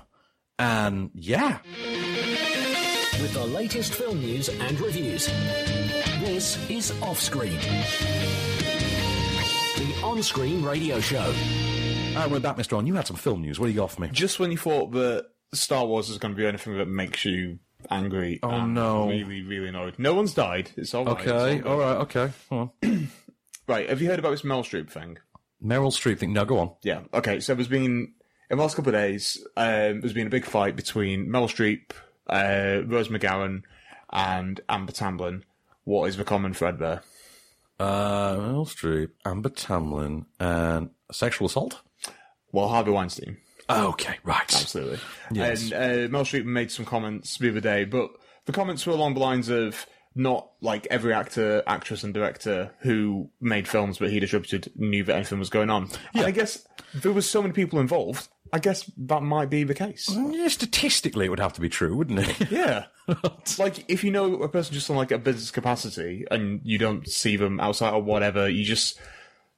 And yeah,
With the latest film news and reviews. This is Offscreen, the on screen radio show.
and we're back, Mr. On. You had some film news. What do you got for me?
Just when you thought that Star Wars is going to be anything that makes you angry, oh
no.
really, really annoyed. No one's died. It's all right. It's all
Okay,
good.
all right, okay. Hold on.
Right, Have you heard about this Meryl Streep thing?
Meryl Streep thing. No, go on.
Yeah. Okay. So there's been in the last couple of days, um, there's been a big fight between Meryl Streep, uh, Rose McGowan, and Amber Tamblyn. What is the common thread there?
Uh, Meryl Streep, Amber Tamlin, and sexual assault.
Well, Harvey Weinstein.
Oh, Okay, right.
Absolutely.
Yes.
And uh, Mel Streep made some comments the other day, but the comments were along the lines of not like every actor, actress, and director who made films but he distributed knew that anything was going on. And I guess there was so many people involved. I guess that might be the case.
Mm, Yeah, statistically, it would have to be true, wouldn't it?
Yeah. like if you know a person just on like a business capacity and you don't see them outside or whatever, you just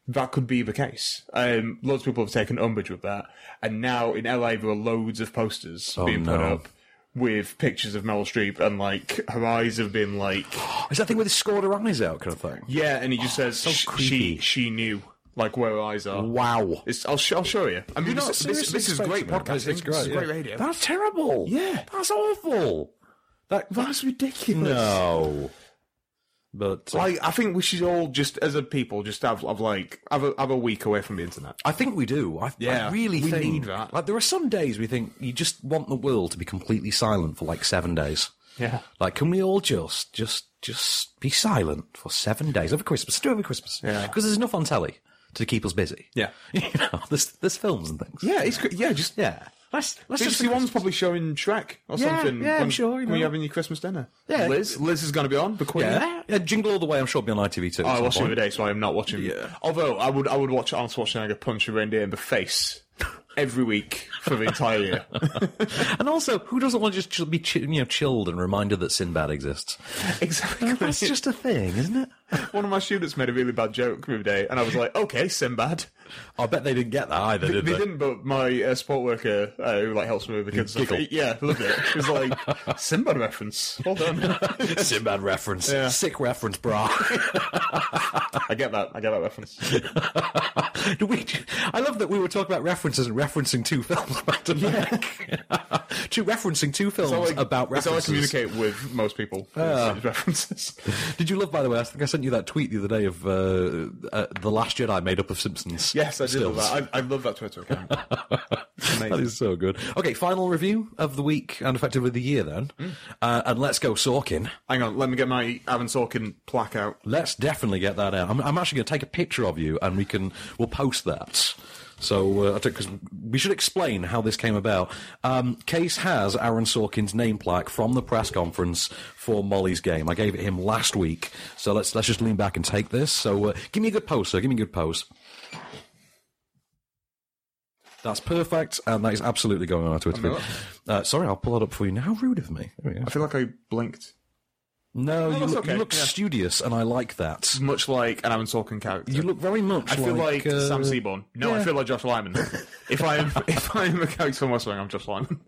that could be the case. Um, lots of people have taken umbrage with that, and now in LA there are loads of posters being put
Oh, no.
up with pictures of Meryl Streep and like her eyes have been like
Is that thing where they scored her eyes out, kind of thing?
yeah, and he just says
so
"Sh- she
creepy.
she knew like where her eyes are.
Wow.
It's, I'll, sh- I'll show you. I mean, this, this, this is great podcasting.
It's
This is great radio.
That's terrible.
Yeah.
that's awful. That
That's ridiculous.
no. But uh,
Like, I think we should all just, as a people, just have, have like have a, have a week away from the internet.
I think we do. I,
Yeah,
I really
we
think
need that.
Like there are some days we think you just want the world to be completely silent for like seven days.
Yeah.
Like, can we all just, just, just be silent for seven days over Christmas? Do it over Christmas.
Yeah.
Because there's enough on telly to keep us busy.
Yeah.
You know, there's, there's films and things.
Yeah, it's cr- yeah, just
Yeah. Let's let's
BBC
just
One's probably showing Shrek or
Yeah,
something.
yeah, I'm
when,
sure, you
When
know.
you're having your Christmas dinner.
Yeah.
Liz, Liz is going to be on the Queen.
yeah. yeah, jingle all the way. I'm sure it'll be on ITV too.
Oh, I watch it every day, so I'm not watching. Although I would, I would watch Arnold Schwarzenegger punch a reindeer in the face every week for the entire year.
and also, who doesn't want to just chill- be chi- you know chilled and reminded that Sinbad exists?
Exactly.
That's just a thing, isn't it?
One of my students made a really bad joke the other day, and I was like, "Okay, Sinbad."
I bet they didn't get that either, did they?
didn't. But my uh, support worker uh, who like helps me with the kids, stuff,
Giggle.
he- yeah, loved it. It was like Sinbad reference. Well done.
Sinbad reference.
Yeah.
Sick reference, brah.
I get that. I get that reference.
Do we, I love that we were talking about references and referencing two films back to back. Two referencing two films
It's how I-
about
it's how I
references.
communicate with most people.
Ah.
references.
Did you love, by the way? I think I sent you that tweet the other day of uh, uh, the Last Jedi made up of Simpsons.
Yes, I did love
stills.
that. I, I love that Twitter account.
that is so good. Okay, final review of the week and effectively the year then.
Mm.
Uh, and let's go Sorkin.
Hang on, let me get my Aaron Sorkin plaque out.
Let's definitely get that out. I'm, I'm actually going to take a picture of you and we can we'll post that. So uh, because we should explain how this came about. Um, Case has Aaron Sorkin's name plaque from the press conference for Molly's game. I gave it him last week, so let's let's just lean back and take this. So uh, give me a good pose, sir. Give me a good pose. That's perfect, and that is absolutely going on our Twitter feed. Uh, sorry, I'll pull it up for you now. How rude of me. There we go.
I feel like I blinked.
No, you
that's
look, you
okay,
look
yeah.
studious, and I like that.
Much like an Aaron Sorkin character.
You look very much.
I feel like,
uh,
Sam Seaborn. No, I
yeah.
feel like Josh Lyman. if I am if I am a character from West Wing, I'm Josh Lyman.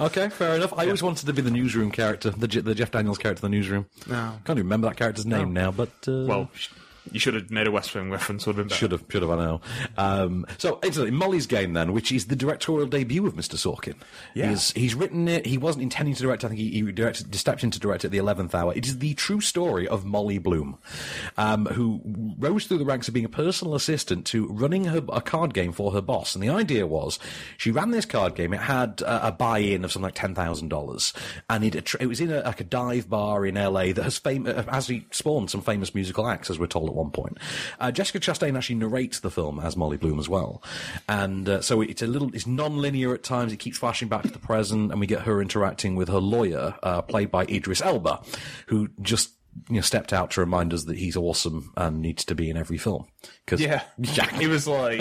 Okay, fair enough. I always wanted to be the newsroom character, the, Je- the Jeff Daniels character, in the newsroom.
No.
Can't even remember that character's name now, but uh,
Well, sh- you should have made a West Wing reference. Would have been better.
should have, should have. I know. Um, so, incidentally, Molly's Game then, which is the directorial debut of Mr. Sorkin.
Yeah.
he's, he's written it. He wasn't intending to direct. I think he, he directed, stepped in to direct at the eleventh hour. It is the true story of Molly Bloom, um, who rose through the ranks of being a personal assistant to running her, a card game for her boss. And the idea was she ran this card game. It had uh, a buy-in of something like ten thousand dollars, and it attr- it was in a, like a dive bar in L.A. that has fam- uh, has spawned some famous musical acts, as we're told at one point. Uh, Jessica Chastain actually narrates the film as Molly Bloom as well, and uh, so it's a little it's non-linear at times. It keeps flashing back to the present, and we get her interacting with her lawyer, uh, played by Idris Elba, who just. You know, stepped out to remind us that he's awesome and needs to be in every film. 'Cause-
Yeah.
yeah,
It was like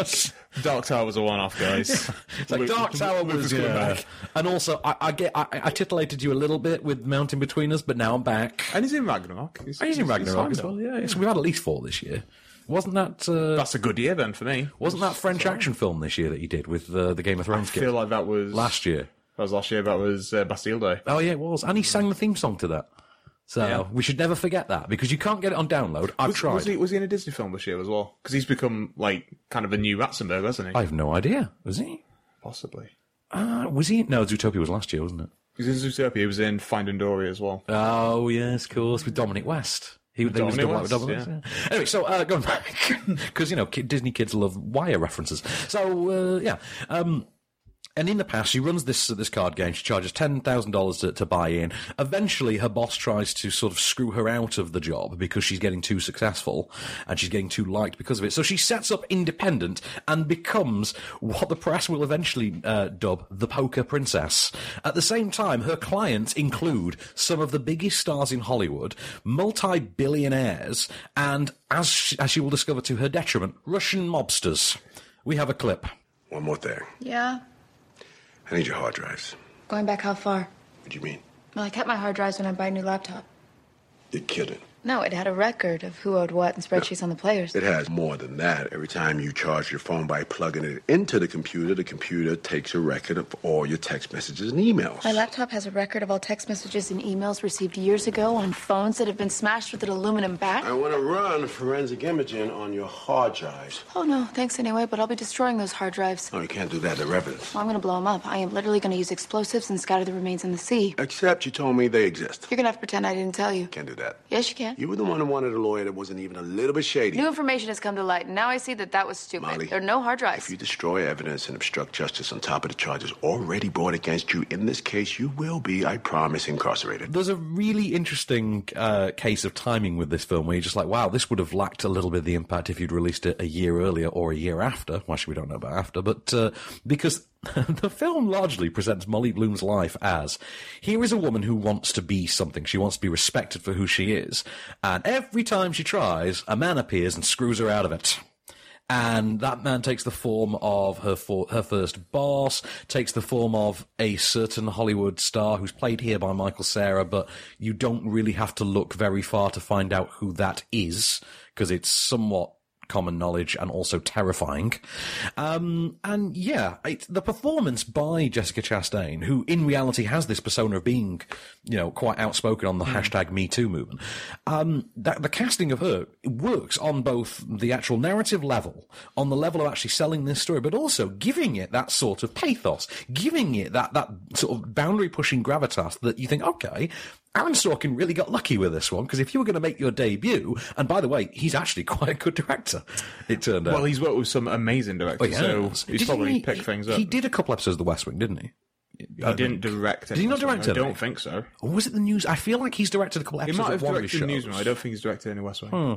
Dark Tower was a one-off, guys.
It's like Dark Tower was
coming
yeah.
back.
And also, I, I get I, I titillated you a little bit with Mountain Between Us, but now I'm back.
And he's in Ragnarok. He's,
He's in Ragnarok as
fine,
well.
though.
Yeah, So we've had at least four this year. Wasn't that uh,
That's a good year then for me.
wasn't that French action film this year that he did with uh, the Game of Thrones
I
kid
feel like that was
last year?
That was last year. That was uh, Bastille Day.
Oh yeah, it was. And he sang the theme song to that. So
Yeah.
we should never forget that because you can't get it on download. I've
Was,
tried.
was he was he in a Disney film this year as well? Because he's become like kind of a new Ratzenberg, hasn't he?
I have no idea. Was he?
Possibly.
Uh, was he? No, Zootopia was last year, wasn't it?
He's in Zootopia. He was in Finding Dory as well.
Oh yes, of course, with Dominic West. He they was
Dominic
double out with
West,
Dominic West, yeah. Anyway, so uh, going back because you know ki- Disney kids love wire references. So uh, yeah. Um, and in the past, she runs this this card game. She charges ten thousand dollars to buy in. Eventually, her boss tries to sort of screw her out of the job because she's getting too successful and she's getting too liked because of it. So she sets up independent and becomes what the press will eventually uh, dub the poker princess. At the same time, her clients include some of the biggest stars in Hollywood, multi billionaires, and as she, as she will discover to her detriment, Russian mobsters. We have a clip.
One more thing.
Yeah.
I need your hard drives.
Going back how far?
What do you mean?
Well, I kept my hard drives when I buy a new laptop.
You're kidding.
No, it had a record of who owed what and spreadsheets on the players.
It has more than that. Every time you charge your phone by plugging it into the computer, the computer takes a record of all your text messages and emails.
My laptop has a record of all text messages and emails received years ago on phones that have been smashed with an aluminum bat.
I want to run forensic imaging on your hard drives.
Oh no, thanks anyway, but I'll be destroying those hard drives.
No, you can't do that. They're evidence.
Well, I'm gonna blow them up. I am literally gonna use explosives and scatter the remains in the sea.
Except you told me they exist.
You're gonna have to pretend I didn't tell you.
Can't do that.
Yes, you can.
You were the one who wanted a lawyer that wasn't even a little bit shady.
New information has come to light, and now I see that that was stupid.
Molly.
There are no hard drives.
If you destroy evidence and obstruct justice on top of the charges already brought against you in this case, you will be, I promise, incarcerated.
There's a really interesting uh, case of timing with this film where you're just like, wow, this would have lacked a little bit of the impact if you'd released it a year earlier or a year after. Well, actually, we don't know about after, but uh, because the film largely presents Molly Bloom's life as here is a woman who wants to be something. She wants to be respected for who she is. And every time she tries, a man appears and screws her out of it. And that man takes the form of her for, her first boss, takes the form of a certain Hollywood star who's played here by Michael Sarah, but you don't really have to look very far to find out who that is because it's somewhat common knowledge and also terrifying. Um, and yeah, it, the performance by Jessica Chastain, who in reality has this persona of being, you know, quite outspoken on the hashtag Me Too movement, um, that the casting of her works on both the actual narrative level, on the level of actually selling this story, but also giving it that sort of pathos, giving it that that sort of boundary pushing gravitas that you think, okay, Aaron Sorkin really got lucky with this one because if you were going to make your debut, and by the way, he's actually quite a good director. It turned out.
Well, he's worked with some amazing directors,
Oh, yeah.
so he's
Didn't
probably
he-
picked
he-
things up.
He did a couple episodes of The West Wing, didn't he?
He didn't direct.
Did he not
anything,
direct
I
it?
don't think so.
Or was it the news? I feel like he's directed a couple
He
episodes
might
of
have
one of his
directed
shows.
Newsroom. I don't think he's directed any West Wing.
Hmm.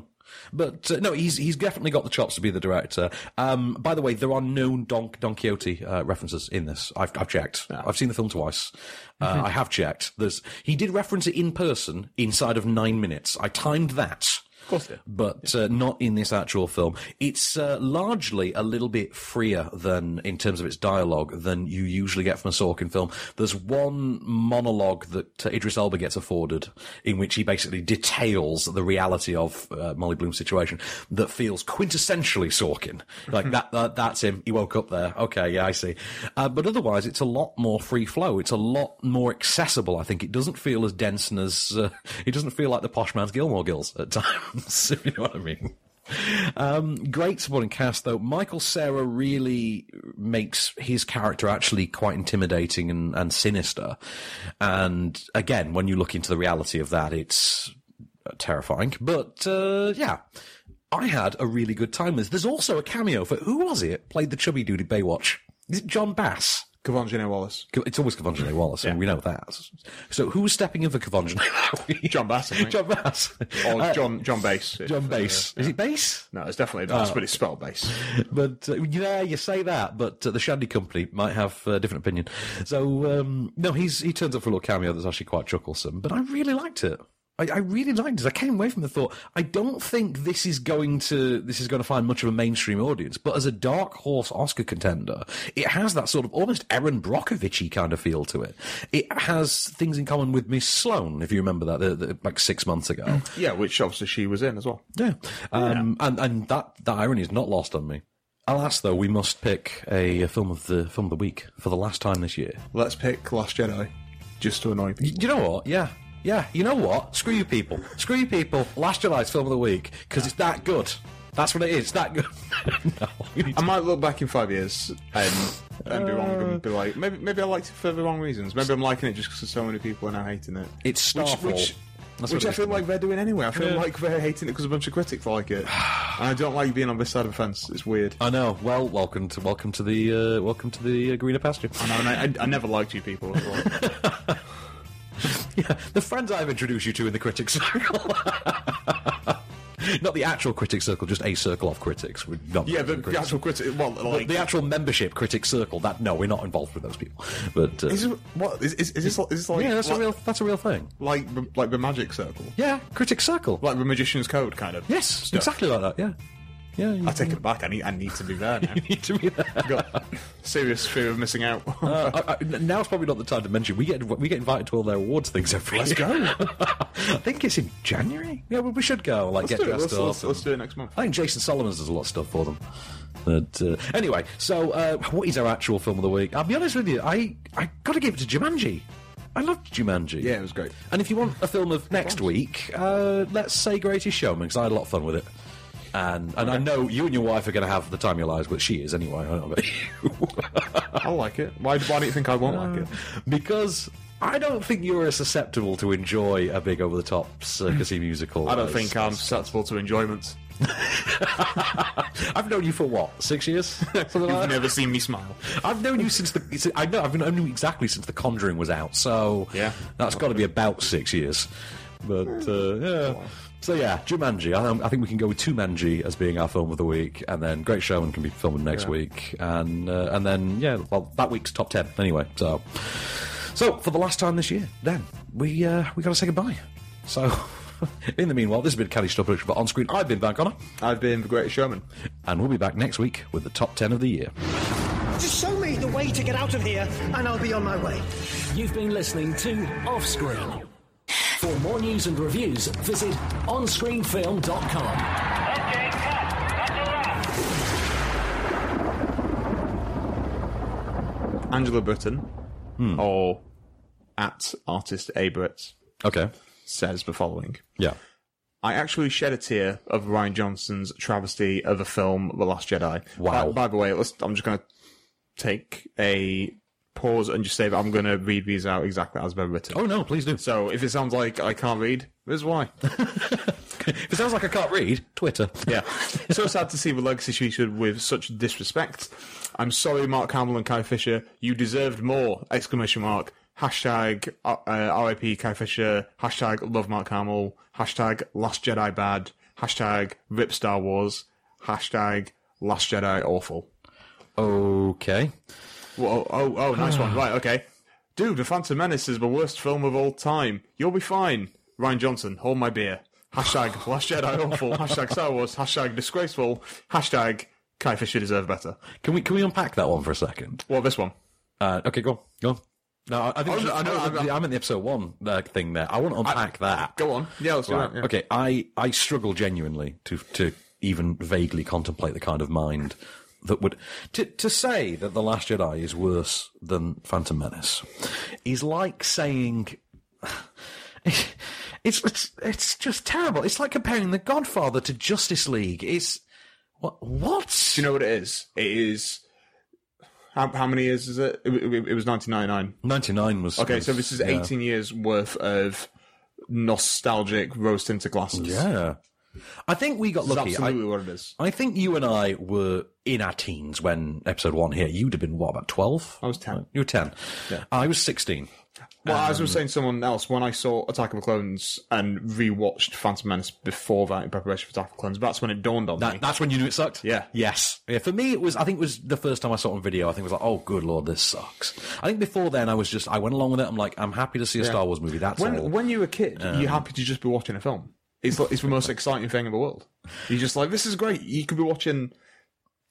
But uh, no, he's he's definitely got the chops to be the director. Um, by the way, there are no Don, Don Quixote uh, references in this. I've, I've checked. I've seen the film twice. Uh,
Mhm.
I have checked. There's he did reference it in person inside of nine minutes. I timed that. Of
course, he did.
but uh, not in this actual film. It's uh, largely a little bit freer than in terms of its dialogue than you usually get from a Sorkin film. There's one monologue that uh, Idris Elba gets afforded, in which he basically details the reality of uh, Molly Bloom's situation that feels quintessentially Sorkin. Like that, that that's him. He woke up there. Okay, yeah, I see. Uh, but otherwise, it's a lot more free flow. It's a lot more accessible. I think it doesn't feel as dense and as uh, it doesn't feel like the posh man's Gilmore Girls at times. if you know what I mean. Um, great supporting cast though. Michael Sarah really makes his character actually quite intimidating and, and sinister. And again, when you look into the reality of that, it's terrifying. But uh, yeah, I had a really good time with. There's also a cameo for who was it? Played the chubby dude in Baywatch. Is it John Bass?
Cavanjane Wallace.
It's always Cavanjane Wallace, and we know that. So who was stepping in for Cavanjane?
John Bass. I think.
John Bass.
Or
Uh,
John John Bass. Uh.
John Bass. Is it Bass?
No, it's definitely Bass,
Oh.
but it's spelled Bass.
but uh, yeah, you say that, but uh, the Shandy Company might have a different opinion. So um, no, he's he turns up for a little cameo that's actually quite chucklesome. But I really liked it. I, I really liked it. I came away from the thought I don't think this is going to this is going to find much of a mainstream audience, but as a dark horse Oscar contender, it has that sort of almost Aaron Brockovich kind of feel to it. It has things in common with Miss Sloan, if you remember that, the, the, like six months ago.
Yeah, which obviously she was in as well.
Yeah. Um, And, and that, that irony is not lost on me. Alas, though, we must pick a, uh, film of the film of the week for the last time this year.
Let's pick Last Jedi, just to annoy people.
You know what? Yeah, yeah. You know what? Screw you people. Screw you people. Last July's film of the week because it's that good. That's what it is. It's that good.
I might look back in five years and, and be wrong and be like, maybe maybe I liked it for the wrong reasons. Maybe I'm liking it just because so many people are now hating it.
It's Starfall.
Which,
That's what
which, which
it
I
is.
feel like they're doing anyway. I feel
Yeah.
like they're hating it because a bunch of critics like it, and I don't like being on this side of the fence. It's weird.
I know. Well, welcome to welcome to the uh, welcome to the uh, greener pasture.
I know, and I, I, I never liked you people. as well.
Yeah, the friends I've introduced you to in the critics circle. Not the actual critic circle, just a circle of critics. We're not
yeah, the, the
critics.
actual critic. Well,
The-
like
the actual membership critic circle. That no, we're not involved with those people. But uh,
Is it, what is, is, is this? Is this like
yeah, that's
like,
a real that's a real thing.
like the- like the magic circle?
Yeah, critic circle.
Like the magician's code, kind of.
Yes, exactly like that. Yeah, yeah. you-
I take it back. I need I need to be there Oh, now.
need to be there.
Got serious fear of missing out.
Uh, I- I- n- now's probably not the time to mention. We get we get invited to all their awards things every
Let's
year.
go.
I think it's in January. Yeah, well, we should go. Like
Let's
get
do it.
dressed
Let's-
up.
let's-
and-
let's do it next month.
I think Jason Solomons does a lot of stuff for them. But uh, anyway, so uh, what is our actual film of the week? I'll be honest with you. I I got to give it to Jumanji. I loved Jumanji.
Yeah, it was great.
And if you want a film of next week, uh, let's say Greatest Showman, because I had a lot of fun with it. And and I know you and your wife are going to have the time of your lives, but she is anyway. I don't know about you.
I like it. Why, why do you think I won't like it?
because I don't think you're as susceptible to enjoy a big over the top circusy musical.
I don't
as-
think I'm susceptible to enjoyment.
I've known you for what six years. Something like
You've
that?
never seen me smile.
I've known you since the. it's- I know I've known you exactly since The Conjuring was out. So
Yeah.
that's got to be about six years. But uh, yeah. So yeah, Jumanji. I, I think we can go with Tumanji as being our film of the week, and then Great Showman can be filmed next
Yeah.
week, and uh, and then yeah, well that week's top ten anyway. So so for the last time this year, then we uh, we got to say goodbye. So. In the meanwhile, this has been Caddy Stop Production, but on screen, I've been Van Connor. I've been The Great Showman. And we'll be back next week with the top 10 of the year.
Just show me the way to get out of here, and I'll be on my way.
You've been listening to Offscreen. For more news and reviews, visit onscreenfilm.com.
Angela Britton
Hmm.
or at artist Abritz.
Okay.
Says the following.
Yeah.
I actually shed a tear of Ryan Johnson's travesty of the film The Last Jedi. Wow. By, by the way, let's, I'm just going to take a pause and just say that I'm going to read these out exactly as they're written. Oh,
no, please do.
So if it sounds like I can't read, there's why.
if it sounds like I can't read, Twitter.
Yeah. so sad to see the legacy treated with such disrespect. I'm sorry, Mark Hamill and Kai Fisher. You deserved more! Exclamation mark. Hashtag uh, uh, RIP Kai Fisher. Hashtag love Mark Hamill. Hashtag Last Jedi bad. Hashtag rip Star Wars. Hashtag Last Jedi awful.
Okay.
Whoa, oh, oh, nice
Ah.
one. Right, okay. Dude, The Phantom Menace is the worst film of all time. You'll be fine. Ryan Johnson, hold my beer. Hashtag Last Jedi awful. Hashtag Star Wars. Hashtag disgraceful. Hashtag Kai Fisher deserve better.
Can we can we unpack that one for a second?
Well, this one.
Uh, okay, go on. Go on. No, I- I think I, know, I'm, I'm in the episode one uh, thing there. I want to unpack that.
Go on. Yeah, let's do that, yeah.
Okay, I, I struggle genuinely to to even vaguely contemplate the kind of mind that would to to say that the Last Jedi is worse than Phantom Menace is like saying it's it's it's just terrible. It's like comparing The Godfather to Justice League. It's what what?
Do you know what it is? It is. How, how many years is it? It, it- it was 1999.
99 was
Okay, so
was-
this is
yeah.
18 years worth of nostalgic rose tinted glasses.
Yeah. I think we got
This is
lucky.
absolutely
I,
what it is.
I think you and I were in our teens when episode one here. You'd have been what about twelve? I
was ten.
You were ten. Yeah. I was sixteen.
Well, as I
Um,
was saying to someone else, when I saw Attack of the Clones and rewatched Phantom Menace before that in preparation for Attack of the Clones, that's when it dawned on me.
That's when you knew it sucked.
Yeah.
Yes. Yeah. For me, it was. I think it was the first time I saw it on video. I think it was like, oh, good lord, this sucks. I think before then, I was just. I went along with it. I'm like, I'm happy to see a
Yeah.
Star Wars movie. That's
when
all.
when you were a kid,
Um,
you're happy to just be watching a film. It's like, it's the most exciting thing in the world. You're just like, this is great. You could be watching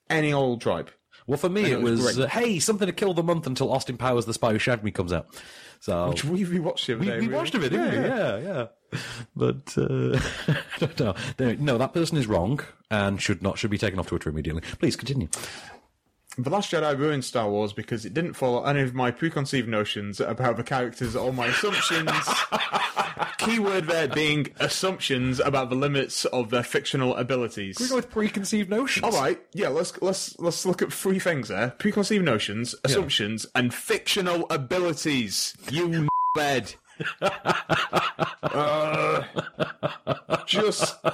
any old tribe.
Well, for me,
And
it was,
great.
uh, hey, something to kill the month until Austin Powers: The Spy Who Shagged Me comes out. So
Which we rewatched the other
We-
day.
we watched a bit, didn't we? yeah. But uh, I don't know. Anyway, No, that person is wrong and should not should be taken off Twitter immediately. Please continue.
The Last Jedi ruined Star Wars because it didn't follow any of my preconceived notions about the characters or my assumptions. Keyword there being assumptions about the limits of their fictional abilities.
Can we go with preconceived notions?
All right, yeah. Let's let's let's look at three things there: preconceived notions, assumptions, and fictional abilities. You bed. Uh, just.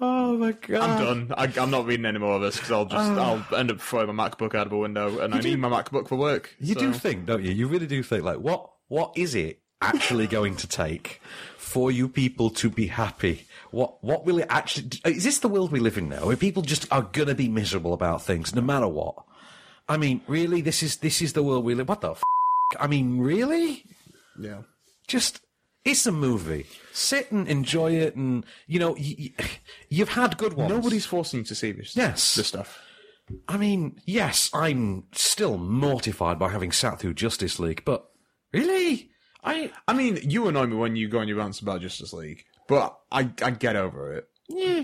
oh my god!
I'm done. I, I'm not reading any more of this because I'll just
Uh.
I'll end up throwing my MacBook out of a window, and I need my MacBook for work.
You
so-
do think, don't you? You really do think like what what is it actually going to take for you people to be happy? What what will it actually is this the world we live in now where people just are gonna be miserable about things no matter what? I mean, really this is this is the world we live what the f- I mean, really?
Yeah.
Just it's a movie. Sit and enjoy it and you know y- y- you've had good ones.
Nobody's forcing you to see this.
Yes.
This stuff.
I mean, yes, I'm still mortified by having sat through Justice League, but really? I
I mean, you annoy me when you go on your rants about Justice League, but I I get over it.
Yeah.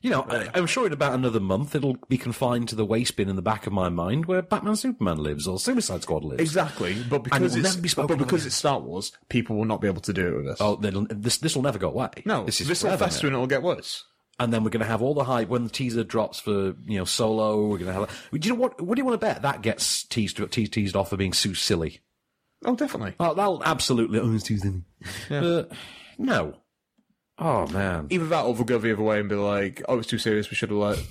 You know, I, I'm sure in about another month it'll be confined to the waste bin in the back of my mind where Batman Superman lives or Suicide Squad lives.
Exactly, but
and
because
it'll
it's
never be
but
spoken
because
of
it's Star Wars, people will not be able to do it with this.
Oh, they'll- this this will never go away.
No,
this is
this will
forever
fester and it'll get worse.
And then we're going to have all the hype when the teaser drops for you know Solo. We're going to have. Do you know what? What do you want to bet that gets teased teased, teased off for being so silly?
Oh, definitely.
Oh, that'll absolutely. Oh, it's too silly. Uh, no. Oh man.
Either that, or they'll go the other way and be like, "Oh, it's too serious. We should have let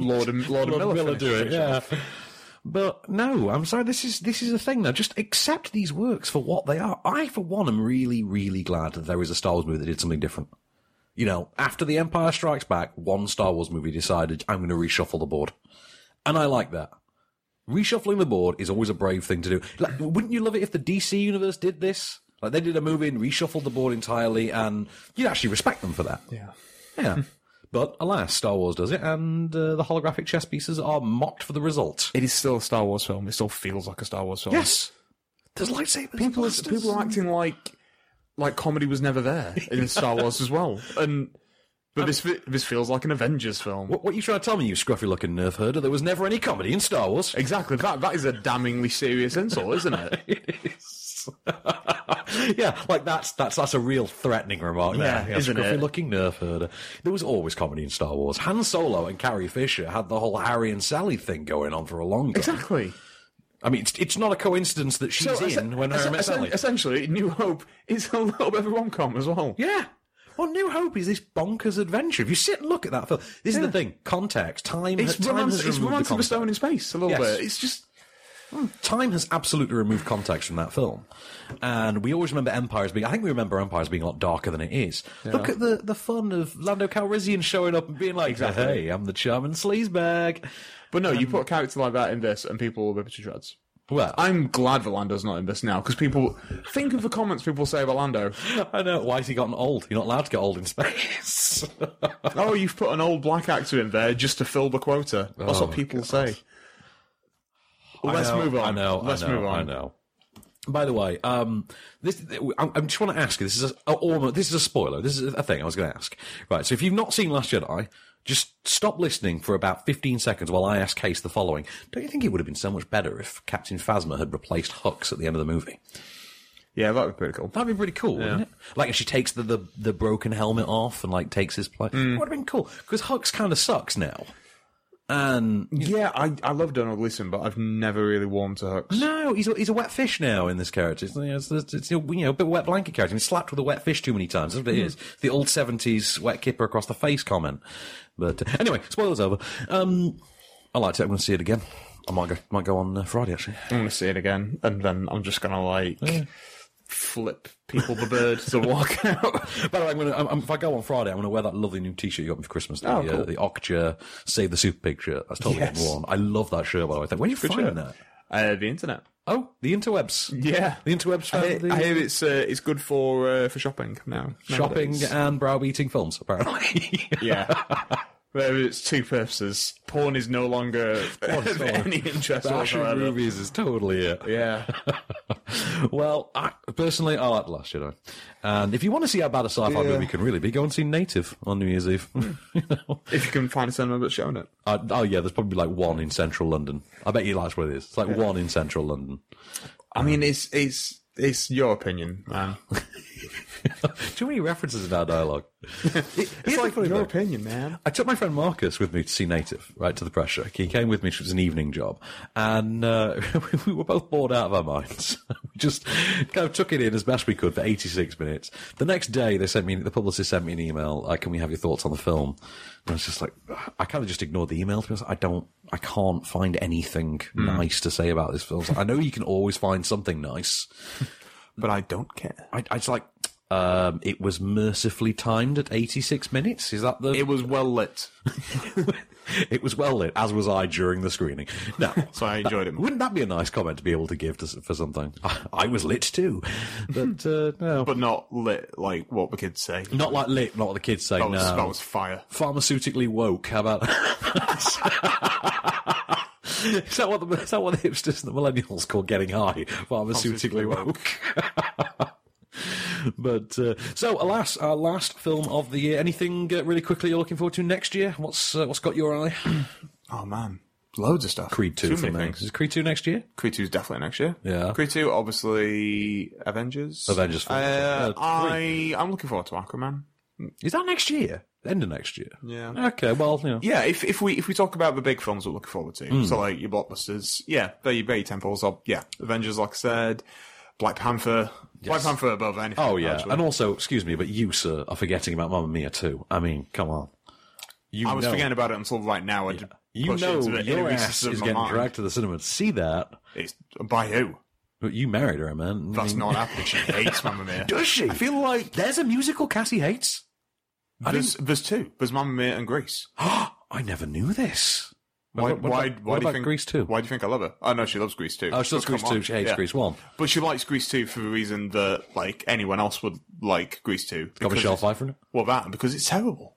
Lord and Lord,
Lord
and Miller,
Miller
finish
do it,
finish
yeah. But no, I'm sorry. This is this is the thing now. Just accept these works for what they are. I, for one, am really, really glad that there was a Star Wars movie that did something different. You know, after The Empire Strikes Back, one Star Wars movie decided I'm going to reshuffle the board, and I like that. Reshuffling the board is always a brave thing to do. Like, wouldn't you love it if the DC universe did this? Like they did a movie and reshuffled the board entirely, and you'd actually respect them for that.
Yeah.
Yeah. But alas, Star Wars does it, and uh, the holographic chess pieces are mocked for the result.
It is still a Star Wars film. It still feels like a Star Wars film.
Yes, there's lightsabers.
People are,
blasters.
people are acting like like comedy was never there in Star Wars as well. And but this fe- this feels like an Avengers film.
What, what are you trying to tell me, you scruffy looking nerf herder? There was never any comedy in Star Wars.
Exactly. That that is a damningly serious insult, isn't it?
It is. yeah, like that's that's that's a real threatening remark there.
Yeah, isn't
scruffy
it?
looking nerf herder. There was always comedy in Star Wars. Han Solo and Carrie Fisher had the whole Harry and Sally thing going on for a long time.
Exactly.
I mean, it's, it's not a coincidence that she's
es-
in when Harry
es-
met
essen-
Sally.
Essentially, New Hope is a little bit of a rom com as well.
Yeah. Well, New Hope is this bonkers adventure. If you sit and look at that film, this is the thing: context, time.
It's
time
romance,
has
it's
removed the
romance of a
context.
stone in space a little
Yes.
bit. It's just
Time has absolutely removed context from that film, and we always remember Empires being. I think we remember Empires being a lot darker than it is. Look at the the fun of Lando Calrissian showing up and being like,
Exactly.
"Hey, I'm the charming sleazebag."
But no, you put a character like that in this, and people will rip it to shreds.
Well,
I'm glad Valando's not in this now because people think of the comments people say about Lando.
I know why has he gotten old? You're not allowed to get old in space.
oh, you've put an old black actor in there just to fill the quota. That's
Oh,
what people say. Let's
I know,
move on.
I know.
Let's
I know,
move on.
I know. By the way, um, this I, I just want to ask you. This is a, almost this is a spoiler. This is a thing I was going to ask. Right. So if you've not seen Last Jedi, just stop listening for about fifteen seconds while I ask Case the following. Don't you think it would have been so much better if Captain Phasma had replaced Hux at the end of the movie?
Yeah, that'd be pretty cool.
That'd be pretty cool, wouldn't it? Like if she takes the, the, the broken helmet off and like takes his place.
Mm.
Would have been cool because Hux kind of sucks now. And
Yeah, I, I love Donald Gleason, but I've never really warmed to Hux.
No, he's a, he's a wet fish now in this character. It's, you know, it's, it's, it's, you know, a bit of a wet blanket character. He's slapped with a wet fish too many times. That's what
Hmm.
it is. The old 70s wet kipper across the face comment. But uh, anyway, spoilers over. Um, I liked it. I'm going to see it again. I might go, might go on uh, Friday, actually.
I'm gonna see it again, and then I'm just gonna like flip people the bird to walk out.
By the way, I'm gonna, I'm, I'm- if I go on Friday, I'm going to wear that lovely new T-shirt you got me for Christmas. The,
Oh, cool.
uh, the Okja Save the Super Pig shirt. That's totally
Yes.
getting worn. I love that shirt, by the way. Where are you
Good
finding
shirt.
that?
Uh, the internet.
Oh, the interwebs.
Yeah.
The interwebs
I
found
hear,
the-
I hear it's uh, it's good for uh, for shopping now.
shopping
nowadays.
and browbeating films, apparently.
yeah. There it's two purposes. Porn is no longer of any interest
Fashion
whatsoever.
movies is totally it.
Yeah.
Well, I, personally, I like The Last Jedi. And if you want to see how bad a sci-fi
Yeah.
movie can really be, go and see Native on New Year's Eve. You know?
if you can find a cinema that's showing it.
Uh, oh, yeah, there's probably like one in central London. I bet you that's where it is. It's like one in central London.
I mean, it's it's it's your opinion, man.
Too many references in our dialogue.
It's like
funny
your
thing.
opinion, man.
I took my friend Marcus with me to see Native, right to the pressure. He came with me; it was an evening job, and uh, we were both bored out of our minds. we just kind of took it in as best we could for 86 minutes. The next day, they sent me the publicist sent me an email. Uh, Can we have your thoughts on the film? And I was just like, I kind of just ignored the email because I don't, I can't find anything nice to say about this film. So I know you can always find something nice.
But I don't care.
I, I just like. Um, it was mercifully timed at 86 minutes. Is that the
It was well lit,
it was well lit, as was I during the screening. No,
so I enjoyed it.
wouldn't that be a nice comment to be able to give to, for something? I, I was lit too, but uh, no,
But not lit like what the kids say.
not like lit, not what the kids say.
That was,
no,
that was fire.
pharmaceutically woke. How about? Is that what the is that what the hipsters and the millennials call getting high? Pharmaceutically
Pharmaceutically
woke. but uh, so, alas, our last film of the year. Anything uh, really quickly you're looking forward to next year? What's uh, what's got your eye?
Oh man, loads of stuff.
Creed two
Too
for
many
me.
things.
Is Creed two next year?
Creed 2 is definitely next year.
Yeah.
Creed 2, obviously, Avengers.
Avengers four.
Uh,
Uh,
I, I'm looking forward to Aquaman.
Is that next year? End of next year.
Yeah.
Okay. Well, you know.
Yeah, if, if we if we talk about the big films we're looking forward to,
Hmm.
so like your blockbusters, yeah, they're your big temples. Of, yeah, Avengers, like I said, Black Panther. Black Panther above anything.
Oh yeah.
actually.
And also, excuse me, but you, sir, are forgetting about Mamma Mia too. I mean, come on. You
I was
know.
forgetting about it until right now. I
You
push
know
into the inner
your ass
recesses of
is
my
getting
mind.
dragged to the cinema to see that.
It's by who?
But you married her, man.
That's not happening. She hates Mamma Mia.
Does she? Mm-hmm. I feel like there's a musical Cassie hates. I
There's, there's two. There's Mamma Mia and Greece.
I never knew this.
Why?
What- what
why?
about-
why
what
do you
about
think
Grease too?
Why do you think I love her? Oh no, she loves Grease too.
Oh, she loves Grease too. She hates Grease one.
But she likes Grease two for the reason that like anyone else would like Grease two.
Got
because
Michelle
it's-
Pfeiffer in it?
Well, that because it's terrible.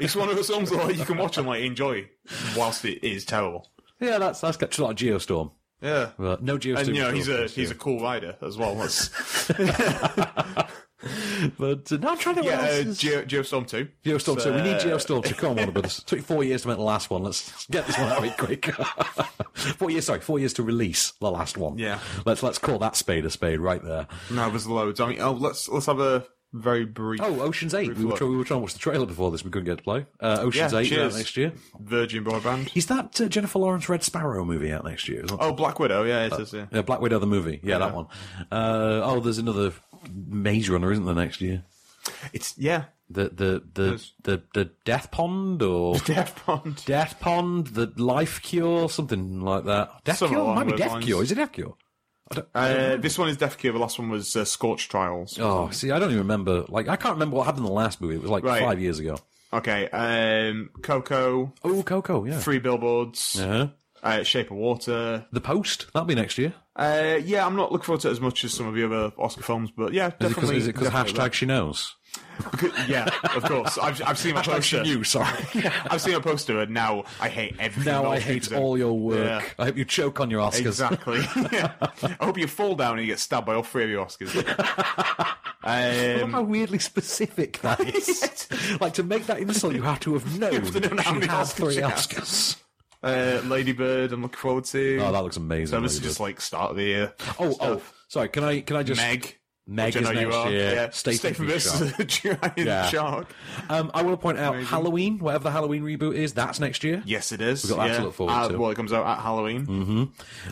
it's one of those songs that like, you can watch and like enjoy whilst it is terrible.
Yeah, that's that's got a lot of Geostorm.
Yeah.
But no Geostorm.
And you know
at all,
he's
of
a
course,
he's
yeah.
a cool rider as well. That's,
But uh, no, I'm trying to.
yeah,
what else
uh,
is-
Geo, Geostorm two.
Geostorm. So we need
Uh,
Geostorm to come on, but it took four years to make the last one. Let's get this one out of it quick. four years, sorry, four years to release the last one.
Yeah.
Let's let's call that spade a spade right there.
No, there's loads. I mean, oh, let's let's have a very brief.
Oh, Ocean's Eight.
brief
We were,
look.
try- we were trying to watch the trailer before this. We couldn't get to play. Uh, Ocean's
Yeah,
Eight
cheers.
out next year.
Virgin Broadband.
Is that uh, Jennifer Lawrence Red Sparrow movie out next year? Is
Oh, Black Widow. Yeah, it is. Yeah.
Yeah, Black Widow the movie. Yeah, that one. Uh, oh, there's another Maze Runner, isn't there, next year?
It's yeah.
The the the the, the Death Pond or
Death Pond.
Death Pond, the Life Cure, something like that. Death
Something
Cure
along
might be
those
Death
lines.
Cure. Is it Death Cure?
Uh, this one is Death Cure. The last one was uh, Scorch Trials.
Oh, see, I don't even remember. Like, I can't remember what happened in the last movie. It was like
Right.
five years ago.
Okay. Um, Coco.
Oh, Coco. Yeah.
Three Billboards.
Uh-huh.
Uh, Shape of Water.
The Post. That'll be next year.
Uh, yeah, I'm not looking forward to it as much as some of the other Oscar films, but yeah,
Is it 'cause-
definitely.
Is it because hashtag
definitely
she knows?
that. Yeah, of course. I've, I've seen a
Hashtag she
poster.
knew. Sorry.
I've seen a poster, and now I hate everything.
now
that
I
Oscar
hate
presents.
all your work.
Yeah.
I hope you choke on your Oscars.
Exactly. I hope you fall down and you get stabbed by all three of your Oscars.
I love
um,
how weirdly specific that is. like to make that insult, you have to have known
have to know how
she
many
had
Oscars
three
she had.
Oscars.
uh, Ladybird, I'm looking forward to.
Oh, that looks amazing,
So this is
Lady
just like start of the year.
Oh, oh, sorry. Can I? Can I just
Meg.
Meg
which I
is
know you
next
are.
year.
Yeah.
Statham
Statham
is
versus
sharp.
a giant
Yeah.
shark.
Um, I want to point out Halloween, whatever the Halloween reboot is, that's next year.
Yes, it is.
We've got that
yeah.
to look forward
Uh,
to.
Well, it comes out at Halloween.
hmm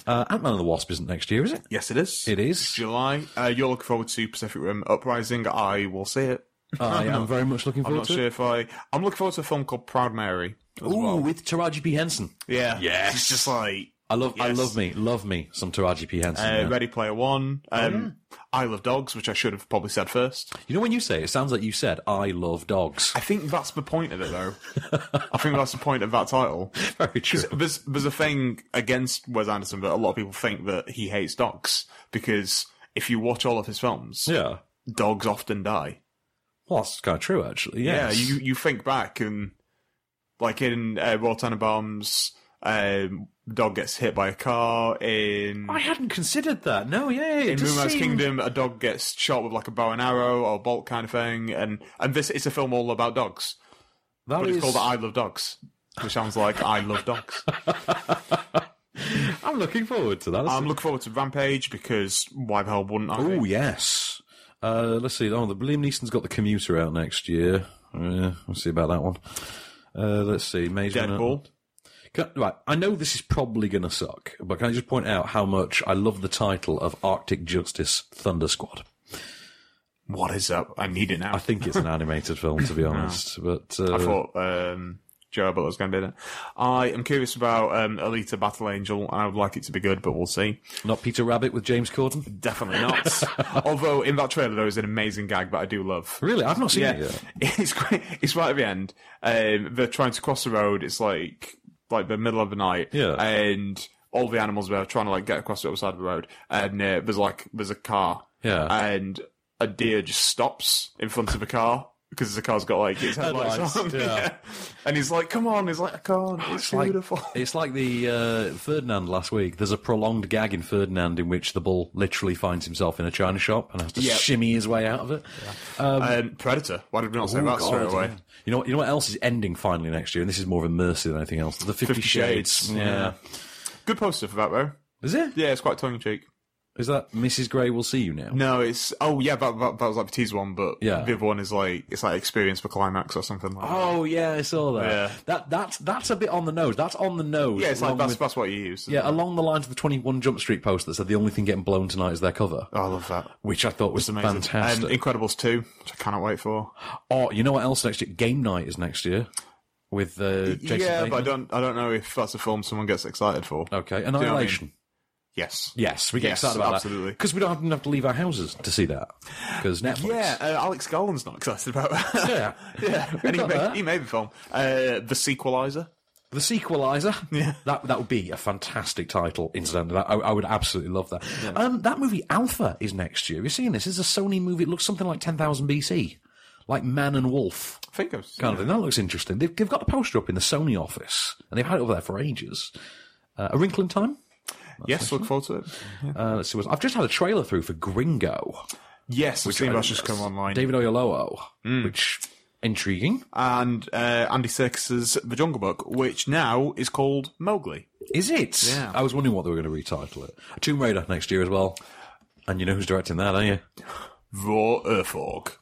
Uh, Ant Man and the Wasp isn't next year, is it?
Yes, it is.
It is.
July. Uh, you're looking forward to Pacific Rim Uprising. I will see it.
Uh, I
I'm
am
not-
very much looking
I'm
forward
not
to
sure
it.
if I. I'm looking forward to a film called Proud Mary. as
Ooh,
well.
with Taraji P Henson.
yeah,
Yes.
It's just like
I love, I
Yes.
love me, love me some Taraji P Henson.
Uh,
yeah. Oh,
Ready Player One, um, Isle of Dogs, which I should have probably said first.
You know when you say it, it sounds like you said I love dogs.
I think that's the point of it, though. I think that's the point of that title.
Very true.
'Cause There's, there's a thing against Wes Anderson that a lot of people think that he hates dogs because if you watch all of his films,
Yeah.
dogs often die.
Well, that's kind of true, actually. Yes.
Yeah, you you think back and like in uh, Royal Tenenbaums, um, dog gets hit by a car. In
I hadn't considered that. No, yeah. It
in
does
Moonrise
seem-
Kingdom, a dog gets shot with like a bow and arrow or bolt kind of thing, and and this it's a film all about dogs,
That
but it's
is-
called I Love Dogs, which sounds like I Love Dogs.
I'm looking forward to that. That's-
I'm looking forward to Rampage because why the hell wouldn't I?
Oh yes. Uh, let's see. Oh, the Liam Neeson's got the commuter out next year. Uh, we'll see about that one. Uh, let's see. Maze Runner-
Deadpool.
Can- right, I know this is probably going to suck, but can I just point out how much I love the title of Arctic Justice Thunder Squad?
What is up? I need it now.
I think it's an animated film, to be honest. But uh,
I thought um, Joe Butler was going to be there. I am curious about um, Alita Battle Angel, and I would like it to be good, but we'll see.
not Peter Rabbit with James Corden.
Definitely not. Although in that trailer there is an amazing gag that I do love.
Really, I've not seen
yeah,
it yet.
it's great. It's right at the end. Um, they're trying to cross the road. It's like like the middle of the night.
Yeah.
and all the animals were trying to like get across the other side of the road, and uh, there's like there's a car.
Yeah.
and a deer just stops in front of a car. Because the car's got like its headlights
Headlights,
on,
yeah.
and he's like, "Come on!" He's like, "I can't." It's,
like-
beautiful.
It's like the uh, Ferdinand last week. There's a prolonged gag in Ferdinand in which the bull literally finds himself in a china shop and has to
Yep.
shimmy his way out of it.
um, Predator. Why did we not say
Oh,
that
God,
straight away?
yeah. You know, what- you know what else is ending finally next year, and this is more of a mercy than anything else. The Fifty,
Fifty
Shades.
Shades.
Yeah.
Good poster for that though.
is it?
Yeah, it's quite tongue in cheek.
Is that Mrs. Grey will see you now?
No, it's oh yeah, that, that, that was like the teaser one, but
Yeah.
the other one is like it's like experience for climax or something like that.
Oh yeah, I saw that.
Yeah.
That that's that's a bit on the nose. That's on the nose.
Yeah, it's like
along
that's
with-
that's what you use.
yeah, along the lines of the Twenty One Jump Street post that said the only thing getting blown tonight is their cover,
Oh, I love that.
which I thought was
It's amazing.
fantastic.
Um, Incredibles two, which I cannot wait for.
oh, you know what else next year? Game night is next year. with uh, Jason
yeah,
Bateman. Oh.
but I don't. I don't know if that's a film someone gets excited for.
Okay,
Do you know what I mean?
Annihilation.
Yes.
Yes, we get
Yes,
excited about
absolutely.
Because we don't have, have to leave our houses to see that. Because Netflix.
Yeah, uh, Alex Garland's not excited about that.
Yeah.
yeah.
We've
And he
got
made,
that.
he made the film. Uh, the Sequelizer.
The Sequelizer. Yeah. That that would be a fantastic title, incidentally. That- I, I would absolutely love that. Um, that movie Alpha is next year. You're seeing this. It's a Sony movie. It looks something like 10,000 BC. Like Man and Wolf.
I think it was.
Kind of thing. That looks interesting. They've, they've got the poster up in the Sony office, and they've had it over there for ages. Uh, a Wrinkle in Time?
Yes, look forward to it.
Uh, let's see what, I've just had a trailer through for Gringo.
Yes, I've seen
I-
that's just come online.
David Oyelowo, which intriguing.
And uh, Andy Serkis's The Jungle Book, which now is called Mowgli.
Is it?
Yeah.
I was wondering what they were going to retitle it. Tomb Raider next year as well. And you know who's directing that, don't you?
Raw Earthorg.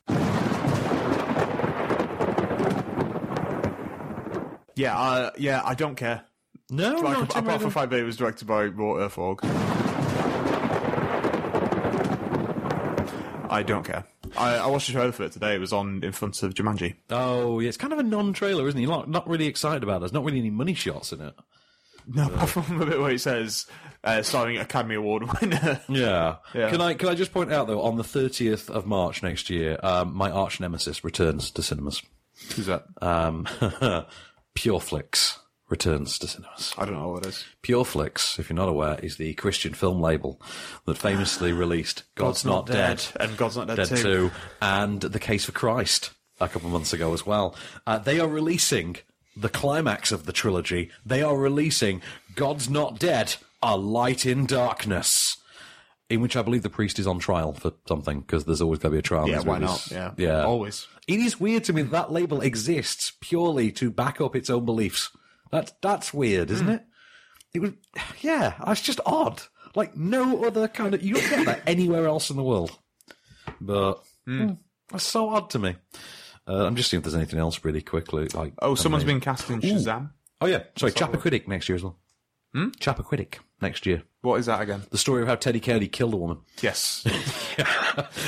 Yeah, uh, yeah, I don't care.
No,
apart,
no,
from-
Tomb
apart from
Raider.
Five Bay, it was directed by Raw Earthorg. I don't care. I, I watched a trailer for it today. It was on in front of Jumanji.
Oh, yeah, it's kind of a non-trailer, isn't it? You're not, not really excited about it. There's not really any money shots in it.
No, apart from the bit where it says uh, starring Academy Award winner.
Yeah.
Yeah.
Can I can I just point out though, on the 30th of March next year, um, my arch nemesis returns to cinemas.
Who's that?
Um, Pureflix returns to cinemas.
I don't know what it is.
Pureflix, if you're not aware, is the Christian film label that famously released God's, Not, Dead,
and God's Not Dead,
Dead
2.
2 and The Case for Christ a couple months ago as well. Uh, they are releasing the climax of the trilogy. They are releasing God's Not Dead, A Light in Darkness. In which I believe the priest is on trial for something because there's always going to be a trial. in
Yeah,
these
why
movies.
not? Yeah.
yeah,
Always.
It is weird to me that, that label exists purely to back up its own beliefs. That's that's weird, isn't it? It was, yeah, that's just odd. Like no other kind of you don't get that anywhere else in the world. But mm, that's so odd to me. Uh, I'm just seeing if there's anything else really quickly. Like
Oh, someone's
amazing.
been cast in
Ooh.
Shazam.
Oh yeah, sorry, Chappaquiddick next year as well. Hmm? Chappaquiddick next year.
What is that again?
The story of how Teddy Kennedy killed a woman.
Yes.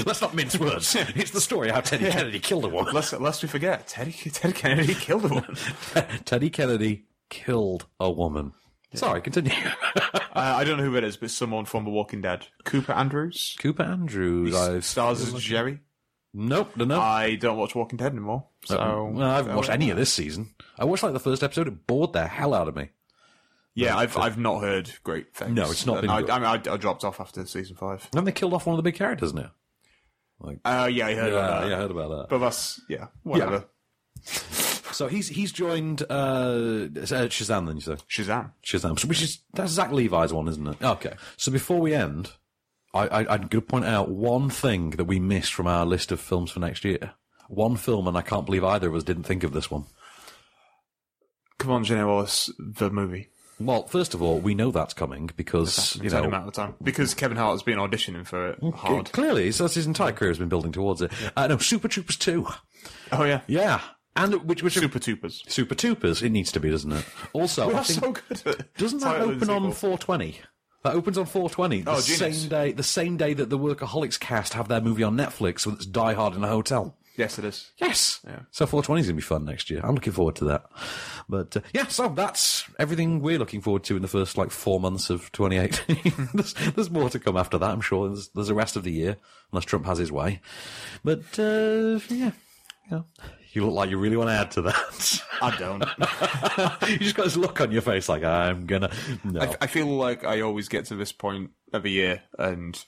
Let's not mince words. It's the story of how Teddy Kennedy killed a woman.
Lest, lest we forget, Teddy, Ted Kennedy killed a woman.
Teddy Kennedy killed a woman. Sorry, continue.
uh, I don't know who it is, but someone from The Walking Dead. Cooper Andrews?
Cooper Andrews. I
Stars as Jerry?
Nope, no, no.
I don't watch Walking Dead anymore. So
Uh,
uh,
well, I haven't watched any of this season. I watched like the first episode. It bored the hell out of me.
Yeah, I've I've not heard great things.
No, it's not
And
been
I,
good.
I mean, I, I dropped off after season five.
Then they killed off one of the big characters now.
Uh, yeah, I heard about
Yeah,
that.
yeah, I heard about that.
But that's yeah, whatever.
So he's he's joined uh, uh, Shazam. Then you say
Shazam.
Shazam, which is that's Zach Levi's one, isn't it? Okay. So before we end, I, I, I'm going to point out one thing that we missed from our list of films for next year. One film, and I can't believe either of us didn't think of this one.
Come on, Jenny Wallace, the movie.
Well, first of all, we know that's coming because you
Tiny
know
amount of time because Kevin Hart has been auditioning for it hard.
Clearly, so that's his entire career has been building towards it. Uh, no, Super Troopers two.
Oh yeah,
Yeah, and which which
Super Tupers.
Super Troopers. It needs to be, doesn't it? Also,
We
I
are
think,
so good at
doesn't that
title and
open on
sequel.
420? That opens on 420 the
Oh, genius.
same day. The same day that the Workaholics cast have their movie on Netflix with its Die Hard in a hotel.
Yes, it is.
Yes. So 420 is going to be fun next year. I'm looking forward to that. But uh, yeah, so that's everything we're looking forward to in the first like four months of 2018. there's, there's more to come after that, I'm sure. There's, there's the rest of the year, unless Trump has his way. But uh, yeah. yeah. You look like you really want to add to that.
I don't.
you just got this look on your face like, I'm going to. No.
I, I feel like I always get to this point every year, and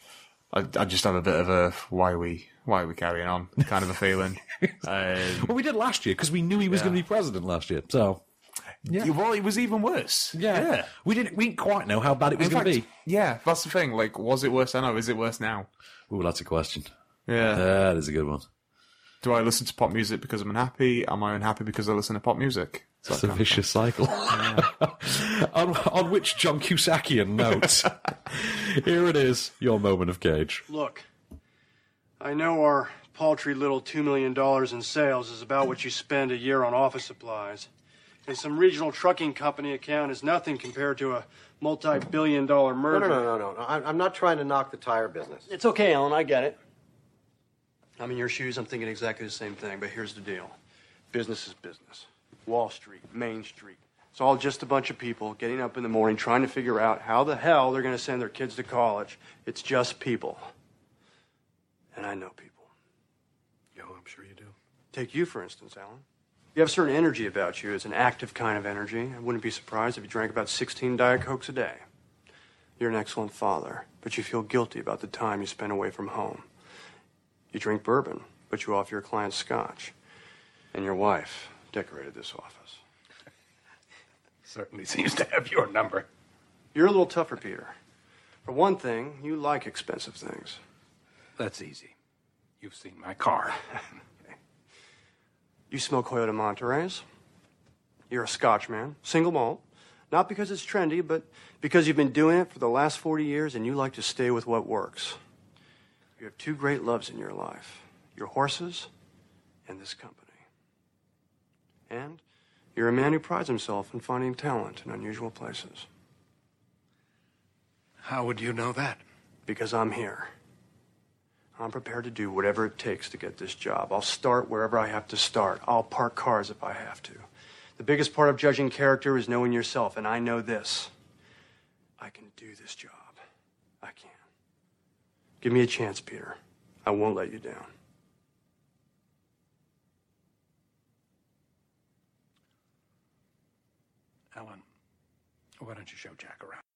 I, I just have a bit of a why are we why are we carrying on kind of a feeling. um,
well, we did last year because we knew he was
Yeah.
going to be president last year. So
yeah, Well, it was even worse.
yeah. We, didn't, we didn't quite know how bad it was
In
going to be.
fact, Yeah, that's the thing. Like, was it worse then, or is it worse now?
Ooh, that's a question.
Yeah.
Uh, That is a good one.
Do I listen to pop music because I'm unhappy? Am I unhappy because I listen to pop music? It's
It's a
that kind of-
vicious cycle. on, on which John Cusackian note, here it is, your moment of cage.
Look, I know our paltry little $2 million in sales is about what you spend a year on office supplies. And some regional trucking company account is nothing compared to a multi billion dollar
No,
merger.
no, no, no, no, no. I'm, I'm not trying to knock the tire business.
It's okay, Alan. I get it. I'm in your shoes. I'm thinking exactly the same thing. But here's the deal business is business. Wall Street, Main Street. It's all just a bunch of people getting up in the morning trying to figure out how the hell they're going to send their kids to college. It's just people. And I know people.
Yo, I'm sure you do.
Take you, for instance, Alan. You have a certain energy about you. It's an active kind of energy. I wouldn't be surprised if you drank about 16 Diet Cokes a day. You're an excellent father, but you feel guilty about the time you spend away from home. You drink bourbon, but you offer your clients scotch. And your wife decorated this office.
Certainly seems to have your number.
You're a little tougher, Peter. For one thing, you like expensive things.
That's easy. You've seen my car.
You smell Coyote Monterey's. You're a Scotch man, single malt. Not because it's trendy, but because you've been doing it for the last 40 years and you like to stay with what works. You have two great loves in your life your horses and this company. And you're a man who prides himself in finding talent in unusual places.
How would you know that?
Because I'm here. I'm prepared to do whatever it takes to get this job. I'll start wherever I have to start. I'll park cars if I have to. The biggest part of judging character is knowing yourself, and I know this. I can do this job. I can. Give me a chance, Peter. I won't let you down.
Alan, why don't you show Jack around?